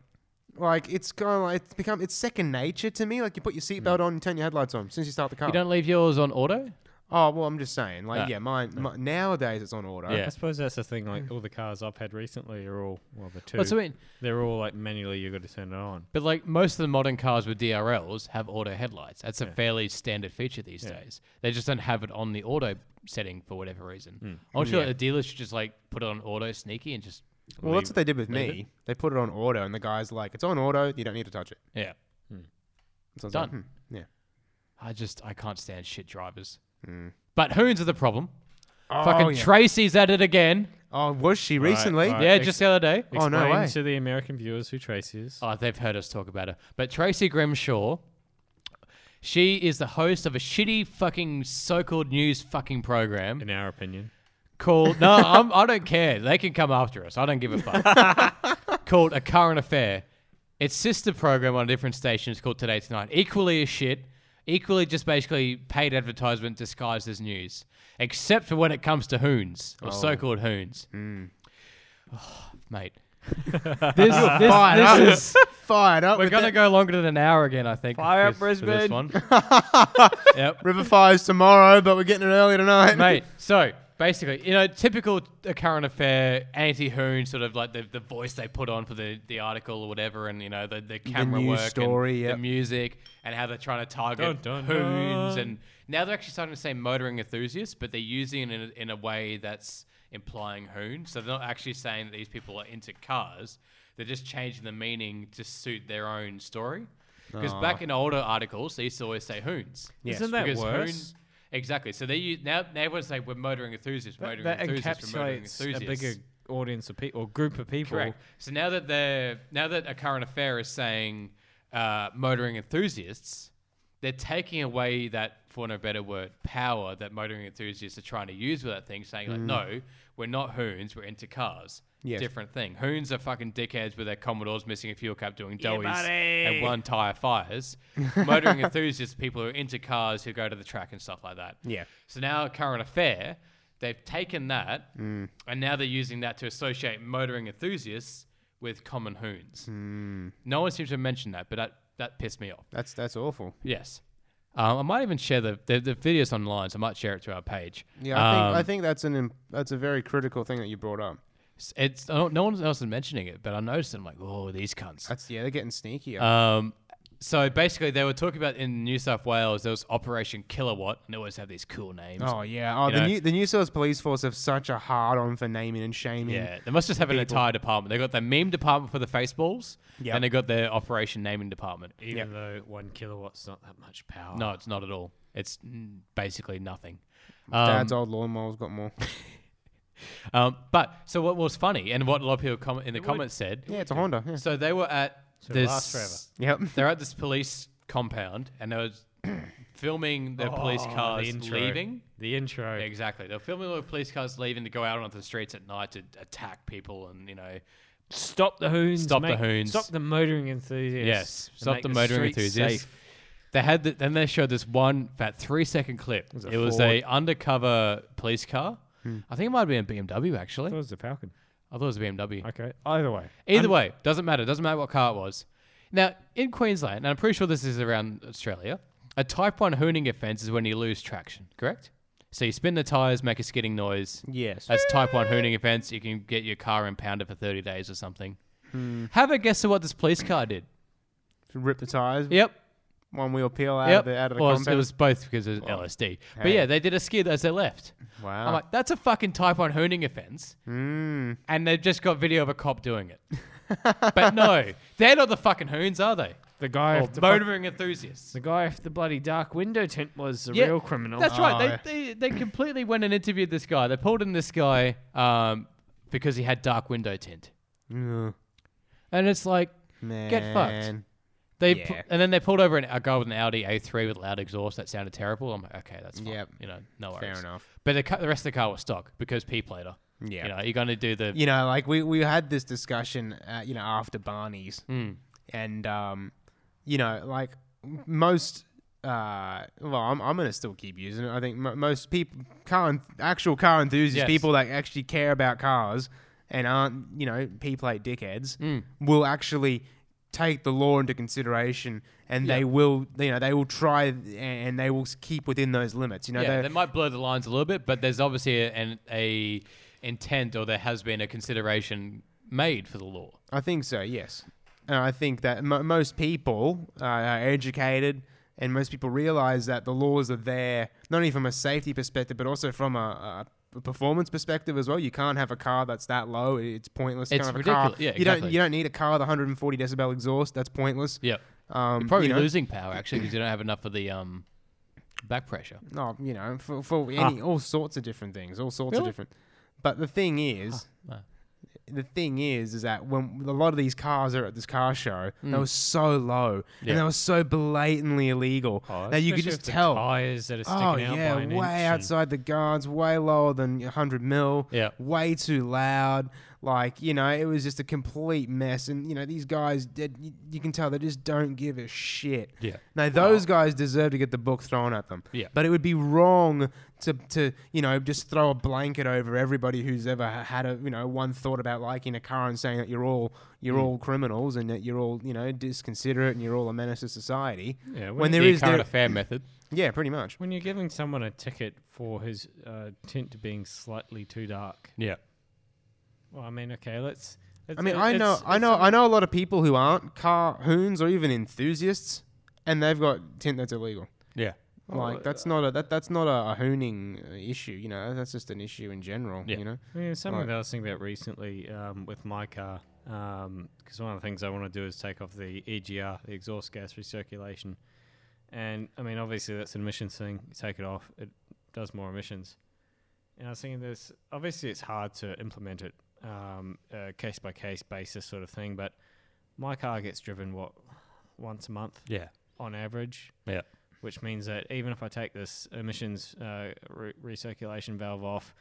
Speaker 3: like it's kind of like it's become it's second nature to me. Like you put your seatbelt on and turn your headlights on since you start the car.
Speaker 1: Hmm. You don't leave yours on auto?
Speaker 3: oh well, I'm just saying.
Speaker 1: No.
Speaker 3: Like yeah, mine, mi- nowadays it's on auto.
Speaker 1: Yeah.
Speaker 4: I suppose that's the thing. Like all the cars I've had recently are all well, the two.
Speaker 1: What's I mean?
Speaker 4: They're all like manually. You got to turn it on.
Speaker 1: But like most of the modern cars with DRLs have auto headlights. That's a fairly standard feature these days. They just don't have it on the auto setting for whatever
Speaker 4: Hmm.
Speaker 1: reason. I'm sure the dealer should just like put it on auto sneaky and just
Speaker 3: Well, that's what they did with me. They put it on auto, and the guy's like, "It's on auto. You don't need to touch it."
Speaker 1: yeah.
Speaker 3: So I was
Speaker 1: Done.
Speaker 3: like, "Hmm, yeah.
Speaker 1: I just I can't stand shit drivers.
Speaker 4: Hmm.
Speaker 1: But Hoons are the problem.
Speaker 4: Oh,
Speaker 1: Fucking
Speaker 3: yeah.
Speaker 1: Tracy's at it again.
Speaker 3: Oh, was she recently?
Speaker 4: right.
Speaker 1: yeah,
Speaker 4: ex-
Speaker 1: just the other day.
Speaker 3: Oh, no
Speaker 4: Explain
Speaker 3: way.
Speaker 4: to the American viewers who Trace is.
Speaker 1: Oh, they've heard us talk about her. But Tracy Grimshaw, she is the host of a shitty fucking so-called news fucking program
Speaker 4: in our opinion.
Speaker 1: called. No, I'm, I don't care. They can come after us. I don't give a fuck. called a current affair. Its sister program on a different station is called Today Tonight. Equally as shit. Equally just basically paid advertisement disguised as news, except for when it comes to hoons or so-called hoons. Oh, mate, this, this,
Speaker 3: up.
Speaker 1: this is.
Speaker 3: Fired up.
Speaker 1: We're
Speaker 3: with
Speaker 1: gonna
Speaker 3: that.
Speaker 1: go longer than an hour again, I think.
Speaker 4: Fire up,
Speaker 1: because- for this
Speaker 4: Brisbane.
Speaker 1: one. yep,
Speaker 3: River fires tomorrow, but we're getting it early tonight.
Speaker 1: mate. So basically, you know, typical uh, current affair anti-hoon sort of like the, the voice they put on for the, the article or whatever, and you know the, the camera
Speaker 3: news
Speaker 1: work, and
Speaker 3: story, yep.
Speaker 1: the music, and how they're trying to target
Speaker 4: Dun, dun,
Speaker 1: hoons,
Speaker 4: dun.
Speaker 1: and now they're actually starting to say motoring enthusiasts, but they're using it in a, in a way that's implying hoon. So they're not actually saying that these people are into cars. They're just changing the meaning to suit their own story. Because back in older articles, they used to always say hoons.
Speaker 4: Yes. Isn't that
Speaker 1: because
Speaker 4: worse?
Speaker 1: Hoon, exactly. So they use, now, now everyone say we're motoring enthusiasts, motoring
Speaker 4: that
Speaker 1: enthusiasts, we're motoring
Speaker 4: encapsulates
Speaker 1: enthusiasts.
Speaker 4: a bigger audience of people or group of people.
Speaker 1: Correct. So now that they're now that a current affair is saying uh, motoring enthusiasts, they're taking away that for no better word, power that motoring enthusiasts are trying to use with that thing, saying like, no, we're not hoons, we're into cars.
Speaker 3: Yes.
Speaker 1: Different thing. Hoons are fucking dickheads with their Commodores missing a fuel cap doing
Speaker 4: Yeah,
Speaker 1: doughies
Speaker 4: buddy.
Speaker 1: and one tire fires. motoring enthusiasts, people who are into cars who go to the track and stuff like that.
Speaker 3: Yeah.
Speaker 1: So now current affair, they've taken that and now they're using that to associate motoring enthusiasts with common hoons. No one seems to mention that, but that, that pissed me off.
Speaker 3: That's that's awful.
Speaker 1: Yes. Um, I might even share the, the the videos online, so I might share it to our page.
Speaker 3: Yeah, I
Speaker 1: Um,
Speaker 3: think I think that's an im- that's a very critical thing that you brought up.
Speaker 1: it's, it's no, no one else is mentioning it, but I noticed. It, I'm like, oh, these cunts.
Speaker 3: That's yeah, they're getting sneaky.
Speaker 1: Um, so basically, they were talking about in New South Wales there was Operation Kilowatt, and they always have these cool names.
Speaker 3: oh yeah, oh
Speaker 1: you
Speaker 3: the
Speaker 1: know-
Speaker 3: new the New South Police Force have such a hard on for naming and shaming.
Speaker 1: Yeah, they must just have an
Speaker 3: people.
Speaker 1: entire department. They got their meme department for the faceballs,
Speaker 3: Yep.
Speaker 1: and they got their operation naming department.
Speaker 4: Even though one kilowatt's not that much power.
Speaker 1: No, it's not at all. It's mm, basically nothing.
Speaker 3: Dad's old lawnmower's got more.
Speaker 1: Um, but so what was funny, and what a lot of people comment in the comments said,
Speaker 3: yeah, it's a Honda. Yeah.
Speaker 1: So they were at
Speaker 4: it'll
Speaker 1: this.
Speaker 4: last forever.
Speaker 3: Yep.
Speaker 1: They're at this police compound, and they were filming the police
Speaker 4: Oh,
Speaker 1: cars
Speaker 4: the intro.
Speaker 1: leaving.
Speaker 4: The intro.
Speaker 1: Exactly, they're filming all the police cars leaving to go out onto the streets at night to attack people, and you know,
Speaker 4: Stop the hoons.
Speaker 1: Stop the
Speaker 4: mate.
Speaker 1: hoons.
Speaker 4: Stop the motoring
Speaker 1: yes,
Speaker 4: enthusiasts. and
Speaker 1: stop
Speaker 4: make
Speaker 1: the motoring
Speaker 4: streets
Speaker 1: enthusiasts.
Speaker 4: safe.
Speaker 1: They had, the, then they showed this one about three second clip. It was
Speaker 4: a
Speaker 1: a, Hmm. undercover police car. I think it might have been a BMW actually.
Speaker 4: That was the Falcon.
Speaker 1: I thought it was a BMW.
Speaker 4: Okay. Either way.
Speaker 1: Either way, doesn't matter. Doesn't matter what car it was. Now, in Queensland, and I'm pretty sure this is around Australia, a type 1 hooning offence is when you lose traction, correct? So you spin the tyres, make a skidding noise.
Speaker 3: Yes.
Speaker 1: That's type 1 hooning offence. You can get your car impounded for 30 days or something.
Speaker 3: Hmm.
Speaker 1: Have a guess at what this police car did.
Speaker 3: Rip the tires.
Speaker 1: Yep.
Speaker 3: One wheel peel Mm. out
Speaker 1: yep.
Speaker 3: of the out of the
Speaker 1: Well, it was-
Speaker 3: compound. Oh,
Speaker 1: it was both because it was LSD. But
Speaker 3: Hey. Uh.
Speaker 1: yeah, they did a skid as they left.
Speaker 3: wow.
Speaker 1: I'm like, that's a fucking type 1 hooning offence.
Speaker 3: mm.
Speaker 1: And they've just got video of a cop doing it. but no, they're not the fucking hoons, are they?
Speaker 4: The guy.
Speaker 1: Or
Speaker 4: with the fuck-
Speaker 1: motoring enthusiasts.
Speaker 4: The guy with the bloody dark window tent was the
Speaker 1: Yeah,
Speaker 4: real criminal.
Speaker 1: That's
Speaker 3: Oh,
Speaker 1: right.
Speaker 3: yeah.
Speaker 1: They, they they completely went and interviewed this guy. They pulled in this guy um, because he had dark window tint,
Speaker 3: Ugh.
Speaker 1: and it's like
Speaker 3: Man.
Speaker 1: Get fucked. they pu-
Speaker 3: Yeah.
Speaker 1: and then they pulled over an, a guy with an Audi A3 with loud exhaust that sounded terrible. I'm like, okay, that's fine.
Speaker 3: Yep.
Speaker 1: You know, no worries.
Speaker 3: Fair enough.
Speaker 1: But the, ca- the rest of the car was stock because P plater.
Speaker 3: Yeah.
Speaker 1: You know, you're gonna do the
Speaker 3: you know, like we, we had this discussion, uh, you know, after Barney's,
Speaker 1: Hmm.
Speaker 3: and um, you know, like most, uh, well, I'm, I'm gonna still keep using it. I think mo most people, car en- actual car enthusiasts,
Speaker 1: Yes.
Speaker 3: people that actually care about cars and aren't, you know, P plate dickheads,
Speaker 1: Hmm.
Speaker 3: will actually take the law into consideration and they will you know they will try and they will keep within those limits you know
Speaker 1: yeah.
Speaker 3: they-
Speaker 1: They might blur the lines a little bit, but there's obviously a, an a intent or there has been a consideration made for the law.
Speaker 3: I think so, yes. And I think that mo most people uh, are educated and most people realize that the laws are there, not only from a safety perspective, but also from a, a performance perspective as well. You can't have a car that's that low. It's pointless. You
Speaker 1: It's
Speaker 3: can't have A
Speaker 1: ridiculous.
Speaker 3: car.
Speaker 1: Yeah,
Speaker 3: you, don't,
Speaker 1: exactly.
Speaker 3: you don't need a car with 140 decibel exhaust. That's pointless.
Speaker 1: Yep.
Speaker 3: Um,
Speaker 1: Probably
Speaker 3: you know,
Speaker 1: losing power actually because you don't have enough of the um, back pressure.
Speaker 3: No, you know, for, for
Speaker 4: Ah.
Speaker 3: any all sorts of different things, all sorts
Speaker 1: Really?
Speaker 3: of different. But the thing is,
Speaker 4: Ah,
Speaker 1: wow.
Speaker 3: the thing is, is that when a lot of these cars are at this car show, they
Speaker 4: Mm.
Speaker 3: were so low and they were so blatantly illegal that you could just tell.
Speaker 4: Tires that are Oh, sticking
Speaker 3: Oh
Speaker 4: out
Speaker 3: yeah,
Speaker 4: by an inch
Speaker 3: way
Speaker 4: and-
Speaker 3: outside the guards, way lower than 100 mil.
Speaker 1: Yeah.
Speaker 3: way too loud. Like you know, it was just a complete mess. And you know, these guys, did, you, you can tell they just don't give a shit.
Speaker 1: Yeah.
Speaker 3: Now those guys deserve to get the book thrown at them.
Speaker 1: Yeah.
Speaker 3: But it would be wrong to to you know just throw a blanket over everybody who's ever ha- had a you know one thought about liking a car and saying that you're all you're
Speaker 1: Hmm.
Speaker 3: all criminals and that you're all you know disconsiderate and you're all a menace to society.
Speaker 4: Yeah,
Speaker 3: When
Speaker 4: when
Speaker 3: there
Speaker 1: the
Speaker 3: is
Speaker 1: current
Speaker 3: there,
Speaker 1: affair method.
Speaker 3: yeah, pretty much.
Speaker 4: When you're giving someone a ticket for his uh, tint being slightly too dark,
Speaker 1: Yeah.
Speaker 4: well, I mean, okay, let's.
Speaker 3: I mean, I know, I know, I know a lot of people who aren't car hoons or even enthusiasts, and they've got tint that's illegal.
Speaker 1: Yeah.
Speaker 3: Like that's
Speaker 1: uh,
Speaker 3: not a that that's not a, a hooning uh, issue. You know, that's just an issue in general.
Speaker 1: Yeah.
Speaker 3: You know.
Speaker 4: I mean, something
Speaker 3: Right.
Speaker 4: that I was thinking about recently um, with my car, because one of the things I want to do is take off the EGR, the exhaust gas recirculation, and I mean, obviously that's an emissions thing. You take it off, it does more emissions. And I was thinking this. Obviously, it's hard to implement it um, uh, case by case basis sort of thing, but my car gets driven what once a month
Speaker 1: Yeah.
Speaker 4: on average.
Speaker 1: Yeah.
Speaker 7: which means that even if I take this emissions uh, re- recirculation valve off,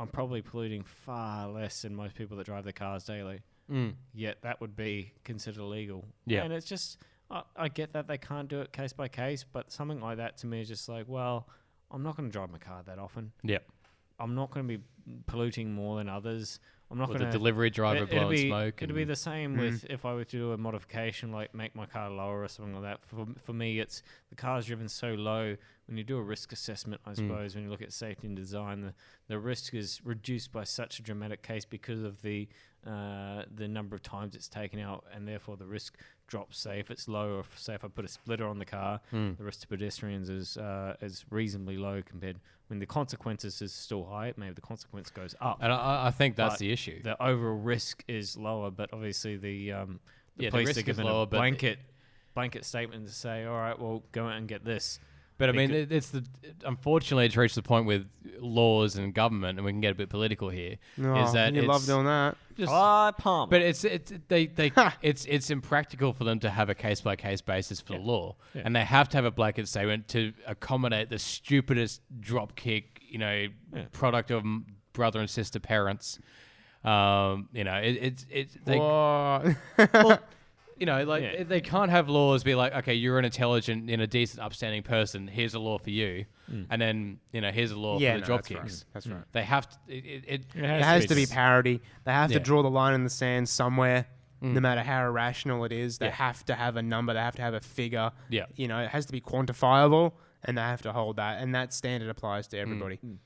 Speaker 7: I'm probably polluting far less than most people that drive their cars daily. Yet that would be considered illegal.
Speaker 1: Mm. Yeah.
Speaker 7: and it's just I, I get that they can't do it case by case, but something like that to me is just like, well, I'm not going to drive my car that often.
Speaker 1: Yep.
Speaker 7: I'm not going to be polluting more than others. I'm not
Speaker 1: Or
Speaker 7: going
Speaker 1: the
Speaker 7: to
Speaker 1: delivery driver
Speaker 7: it- it'd
Speaker 1: blowing
Speaker 7: be,
Speaker 1: smoke.
Speaker 7: It'd
Speaker 1: and
Speaker 7: be the same with if I were to do a modification, like make my car lower or something like that. For, for me, it's the car's driven so low. When you do a risk assessment, I suppose, when you look at safety and design, the, the risk is reduced by such a dramatic case because of the uh, the number of times it's taken out, and therefore the risk drops. Say if it's low, or if, say if I put a splitter on the car, the risk to pedestrians is uh, is reasonably low compared. I mean, the consequences is still high. Maybe the consequence goes up
Speaker 1: and I- I, I think that's
Speaker 7: but
Speaker 1: the issue.
Speaker 7: The overall risk is lower, but obviously the um, the
Speaker 1: Yeah, the
Speaker 7: police
Speaker 1: risk
Speaker 7: are
Speaker 1: is
Speaker 7: given
Speaker 1: lower,
Speaker 7: a
Speaker 1: but-
Speaker 7: blanket blanket statement to say, all right, well, go out and get this.
Speaker 1: But I mean,
Speaker 7: Becau-
Speaker 1: it, it's the unfortunately it's reached the point with laws and government, and we can get a bit political here. Is
Speaker 3: Oh,
Speaker 1: that
Speaker 3: you love
Speaker 1: it's
Speaker 3: doing that? Ah.
Speaker 1: just-
Speaker 7: I pump.
Speaker 1: But it's it's they they it's it's impractical for them to have a case by case basis for the law, and they have to have a blanket statement to accommodate the stupidest dropkick, you know, product of m- brother and sister parents. Um, you know, it, it's it's they
Speaker 3: Whoa.
Speaker 1: you know like
Speaker 7: Yeah.
Speaker 1: they can't have laws be like okay you're an intelligent and a decent upstanding person here's a law for you and then you know here's a law
Speaker 3: Hmm. yeah,
Speaker 1: for
Speaker 3: no,
Speaker 1: the
Speaker 3: that's
Speaker 1: dropkicks.
Speaker 3: right. That's right.
Speaker 1: They have to. It, it, it,
Speaker 3: Hmm. It has to be parody. They have
Speaker 1: Yeah. Mm.
Speaker 3: to draw the line in the sand somewhere. No matter how irrational it is, they
Speaker 1: Yeah.
Speaker 3: have to have a number. They have to have a figure.
Speaker 1: Yeah.
Speaker 3: you know, it has to be quantifiable, and they have to hold that. And that standard applies to everybody.
Speaker 1: Mm.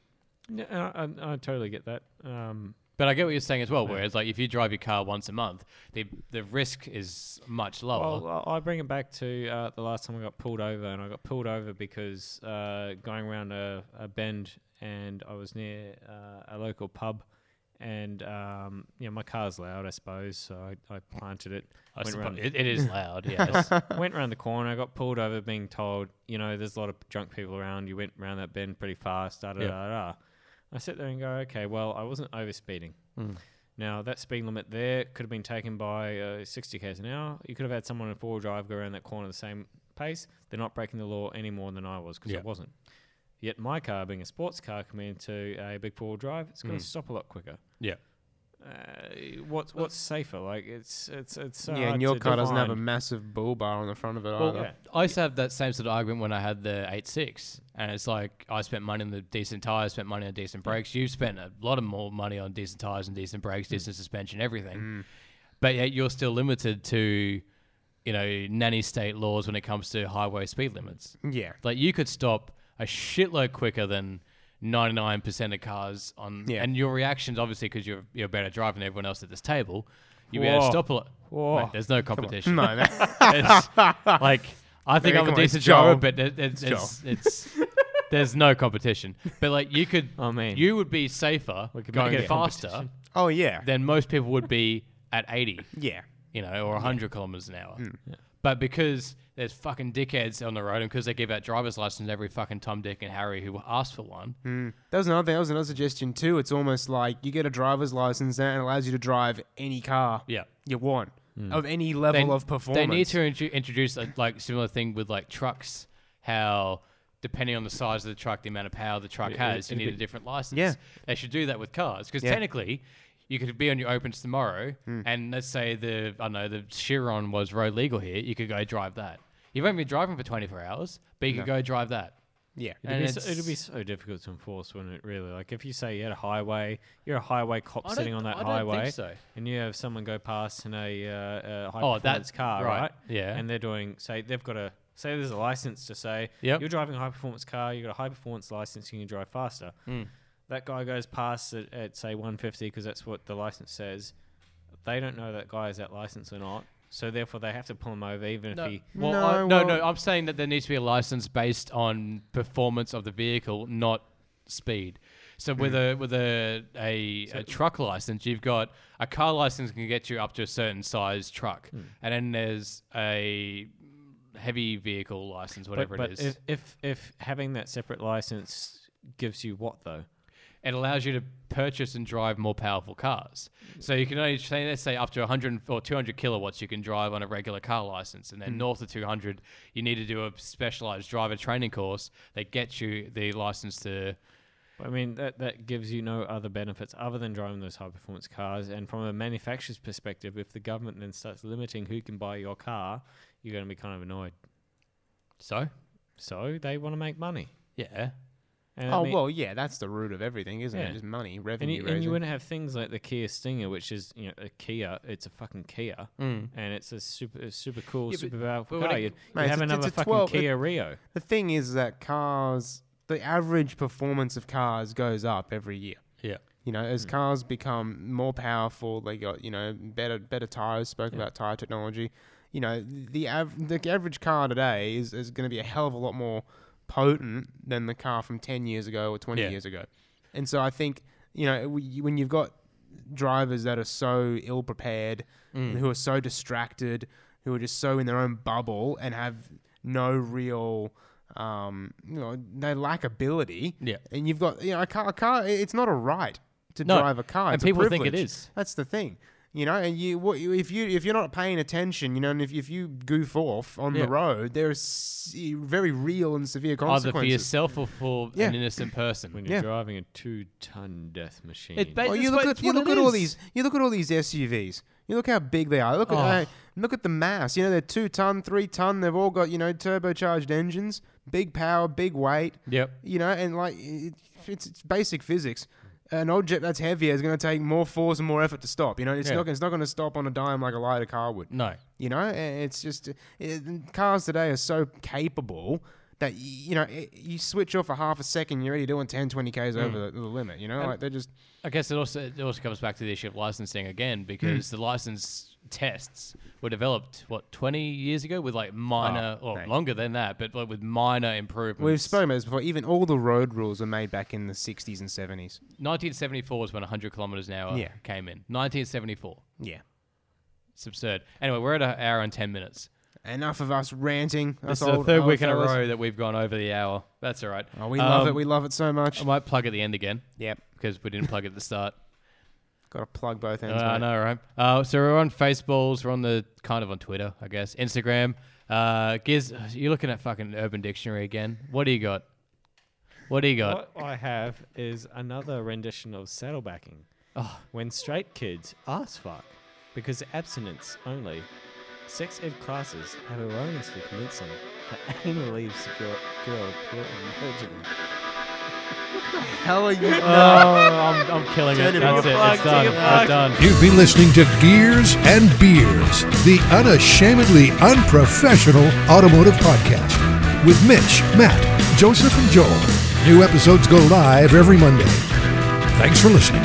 Speaker 7: No, I, I, I totally get that. Um,
Speaker 1: but I get what you're saying as well. Whereas, like, if you drive your car once a month, the the risk is much lower.
Speaker 7: Well, I I bring it back to uh, the last time I got pulled over, and I got pulled over because uh, going around a, a bend, and I was near uh, a local pub, and um, you know my car's loud, I suppose, so I, I planted it.
Speaker 1: I
Speaker 7: went
Speaker 1: suppo-
Speaker 7: round-
Speaker 1: it, it is loud. Yes.
Speaker 7: went round the corner, got pulled over, being told, you know, there's a lot of drunk people around. You went round that bend pretty fast. Da da
Speaker 1: Yeah.
Speaker 7: da da. I sit there and go, okay, well, I wasn't over speeding.
Speaker 1: Hmm.
Speaker 7: Now that speed limit there could have been taken by uh, 60 k's an hour. You could have had someone in four wheel drive go around that corner the same pace. They're not breaking the law any more than I was because
Speaker 1: Yeah.
Speaker 7: I wasn't. Yet my car, being a sports car compared to a big four wheel drive, it's going to stop a lot quicker.
Speaker 1: Hmm. yeah.
Speaker 7: Uh, what's what's safer? Like it's it's it's so
Speaker 3: yeah,
Speaker 7: hard
Speaker 3: and your
Speaker 7: to
Speaker 3: car doesn't have a
Speaker 7: define.
Speaker 3: massive bull bar on the front of it
Speaker 1: Well,
Speaker 3: either.
Speaker 7: yeah.
Speaker 1: I used to have that same sort of argument when I had the eight six, and it's like I spent money on the decent tires, spent money on decent brakes. You've spent a lot of more money on decent tires and decent brakes, decent suspension, everything. But yet you're still limited to, you know, nanny state laws when it comes to highway speed limits.
Speaker 3: Yeah.
Speaker 1: Like you could stop a shitload quicker than 99% of cars on,
Speaker 3: Yeah.
Speaker 1: and your reactions obviously because you're you're a better driver than everyone else at this table. You'll be able to
Speaker 7: Whoa.
Speaker 1: stop a lot.
Speaker 7: Whoa.
Speaker 1: Mate, there's no competition.
Speaker 3: No, that-
Speaker 1: It's- like I think
Speaker 3: Maybe
Speaker 1: I'm a
Speaker 3: come on, it's
Speaker 1: decent
Speaker 3: Joel.
Speaker 1: driver, but it, it's,
Speaker 3: Joel.
Speaker 1: it's, it's there's no competition. But like you could,
Speaker 7: I mean,
Speaker 1: you would be safer
Speaker 7: could make it
Speaker 1: going
Speaker 7: a
Speaker 1: faster
Speaker 7: competition.
Speaker 3: oh yeah,
Speaker 1: than most people would be at 80,
Speaker 3: yeah.
Speaker 1: you know, or 100 kilometers an hour.
Speaker 7: Hmm.
Speaker 1: But because there's fucking dickheads on the road, and because they give out driver's license every fucking Tom, Dick, and Harry who ask for one,
Speaker 3: Mm. That was another thing. That was another suggestion too. It's almost like you get a driver's license and it allows you to drive any car
Speaker 1: Yeah. Mm.
Speaker 3: you want of any level of performance.
Speaker 1: They need to intro- introduce a like similar thing with like trucks, how depending on the size of the truck, the amount of power the truck has, you need a different license.
Speaker 3: Yeah.
Speaker 1: They should do that with cars because technically you could be on your opens tomorrow
Speaker 3: Hmm.
Speaker 1: and let's say the I don't know the Chiron was road legal here, you could go drive that. You've only been driving for 24 hours, but you could go drive that.
Speaker 3: Yeah.
Speaker 1: And
Speaker 7: It'd be, so,
Speaker 1: it's-
Speaker 7: it'd be so difficult to enforce, wouldn't it? Really, like if you say you had a highway, you're a highway cop
Speaker 1: I
Speaker 7: sitting
Speaker 1: don't-
Speaker 7: on that
Speaker 1: I don't think
Speaker 7: highway,
Speaker 1: so.
Speaker 7: and you have someone go past in a, uh, uh high
Speaker 1: Oh,
Speaker 7: performance
Speaker 1: that-
Speaker 7: car,
Speaker 1: right,
Speaker 7: right.
Speaker 1: yeah.
Speaker 7: and they're doing say they've got a say there's a license to say
Speaker 1: Yep.
Speaker 7: you're driving a high performance car, you have got a high performance license, you can drive faster.
Speaker 1: Hmm.
Speaker 7: That guy goes past at, at say 150 because that's what the license says. They don't know that guy is that license or not, so therefore they have to pull him over even
Speaker 1: No,
Speaker 7: if he.
Speaker 1: well,
Speaker 3: No,
Speaker 1: I, no,
Speaker 3: well-
Speaker 1: no. I'm saying that there needs to be a license based on performance of the vehicle, not speed. So with a
Speaker 7: Mm-hmm.
Speaker 1: with a a, a truck license, you've got a car license can get you up to a certain size truck,
Speaker 7: Hmm.
Speaker 1: and then there's a heavy vehicle license, whatever
Speaker 7: but
Speaker 1: it is.
Speaker 7: If, if if having that separate license gives you what though?
Speaker 1: it allows you to purchase and drive more powerful cars. So you can only say, let's say, up to 100 or 200 kilowatts you can drive on a regular car license, and then
Speaker 3: Mm.
Speaker 1: north of 200, you need to do a specialized driver training course that gets you the license to.
Speaker 7: I mean, that, that gives you no other benefits other than driving those high performance cars. And from a manufacturer's perspective, if the government then starts limiting who can buy your car, you're going to be kind of annoyed.
Speaker 1: So,
Speaker 7: So they want to make money.
Speaker 1: yeah,
Speaker 7: And I
Speaker 3: Oh
Speaker 7: mean-
Speaker 3: well, yeah, that's the root of everything, isn't
Speaker 7: Yeah.
Speaker 3: it? Just money,
Speaker 7: And
Speaker 3: revenue,
Speaker 7: you, and you
Speaker 3: raising.
Speaker 7: wouldn't have things like the Kia Stinger, which is you know a Kia. It's a fucking Kia,
Speaker 3: Mm.
Speaker 7: and it's a super a super cool,
Speaker 1: Yeah, but-
Speaker 7: super powerful
Speaker 1: but when
Speaker 7: car.
Speaker 1: it-
Speaker 7: You'd,
Speaker 3: Mate,
Speaker 7: you'd
Speaker 3: it's
Speaker 7: have
Speaker 3: a- it's
Speaker 7: another
Speaker 3: a
Speaker 7: fucking
Speaker 3: 12 it-
Speaker 7: Kia Rio.
Speaker 3: The thing is that cars, the average performance of cars goes up every year.
Speaker 1: yeah.
Speaker 3: You know,
Speaker 7: Hmm.
Speaker 3: as cars become more powerful, they got you know better better tires. Spoke about tire technology. You know, the av- the average car today is is going to be a hell of a lot more potent than the car from ten years ago or twenty
Speaker 1: Yeah.
Speaker 3: years ago. And so I think you know w- you- when you've got drivers that are so ill prepared,
Speaker 1: Mm.
Speaker 3: who are so distracted, who are just so in their own bubble and have no real. Um, you know, they lack ability.
Speaker 1: Yeah.
Speaker 3: and you've got you know a car. A car i- it's not a right to
Speaker 1: No,
Speaker 3: drive a car.
Speaker 1: and
Speaker 3: It's a
Speaker 1: people think it
Speaker 3: privilege.
Speaker 1: is.
Speaker 3: That's the thing, you know. And you, what, you if you if you're not paying attention, you know, and if if you goof off on
Speaker 1: Yeah.
Speaker 3: the road, there are se- very real and severe
Speaker 1: Either
Speaker 3: consequences.
Speaker 1: for yourself or for
Speaker 3: Yeah.
Speaker 1: an innocent person.
Speaker 7: When you're
Speaker 3: Yeah.
Speaker 7: driving a two-ton death machine,
Speaker 1: It ba-
Speaker 3: Well,
Speaker 1: That's
Speaker 3: Oh, you
Speaker 1: what-
Speaker 3: look at
Speaker 1: that's
Speaker 3: you
Speaker 1: what
Speaker 3: look
Speaker 1: it
Speaker 3: at all
Speaker 1: is.
Speaker 3: these you look at all these SUVs. You look how big they are. Look
Speaker 1: Oh.
Speaker 3: at uh, look at the mass. You know they're two ton, three ton. They've all got you know turbocharged engines, big power, big weight.
Speaker 1: Yep.
Speaker 3: You know, and like it, it's, it's basic physics. An object that's heavier is going to take more force and more effort to stop. You know, it's
Speaker 1: Yeah.
Speaker 3: not it's not going to stop on a dime like a lighter car would.
Speaker 1: No.
Speaker 3: You know, and it's just it, cars today are so capable that y- you know it, you switch off for half a second, you're already doing 10, 20
Speaker 1: Mm.
Speaker 3: k's over the, the limit. You know, like they're just
Speaker 1: I guess it also it also comes back to the issue of licensing
Speaker 3: Hmm.
Speaker 1: again because the license tests were developed what 20 years ago with like minor or
Speaker 3: mate.
Speaker 1: longer than that but like with minor improvements.
Speaker 3: Oh, We've spoken about this before. Even all the road rules were made back in the 60s and 70s.
Speaker 1: 1974 is when 100 kilometers an hour
Speaker 3: Yeah.
Speaker 1: came in. 1974.
Speaker 3: Yeah.
Speaker 1: It's absurd. Anyway, we're at an hour and 10 minutes.
Speaker 3: Enough of us ranting.
Speaker 1: This
Speaker 3: us
Speaker 1: is the
Speaker 3: old-
Speaker 1: third
Speaker 3: old
Speaker 1: week in a
Speaker 3: fellas.
Speaker 1: row that we've gone over the hour. That's all right.
Speaker 3: Oh, we love
Speaker 1: Um,
Speaker 3: it. We love it so much.
Speaker 1: I might plug at the end again
Speaker 3: Yep.
Speaker 1: because we didn't plug at the start.
Speaker 3: Got to plug both ends.
Speaker 1: I
Speaker 3: mate.
Speaker 1: know, right? Uh, so we're on Faceballs. We're on the kind of on Twitter, I guess. Instagram. Uh, Giz, you're looking at fucking Urban Dictionary again. What do you got? What do you got?
Speaker 7: What I have is another rendition of saddlebacking. When straight kids ass fuck because abstinence only. Sex ed classes have erroneously convinced them that anal leaves the girl, girl pure and virgin. Oh,
Speaker 3: Hell, are you.
Speaker 1: I'm, I'm killing it.
Speaker 3: Turn it
Speaker 1: That's
Speaker 3: off.
Speaker 1: it. It's
Speaker 7: Plug,
Speaker 1: done.
Speaker 7: take a
Speaker 1: It's
Speaker 7: plug.
Speaker 1: done.
Speaker 2: You've been listening to Gears and Beers, the unashamedly unprofessional automotive podcast with Mitch, Matt, Joseph, and Joel. New episodes go live every Monday. Thanks for listening.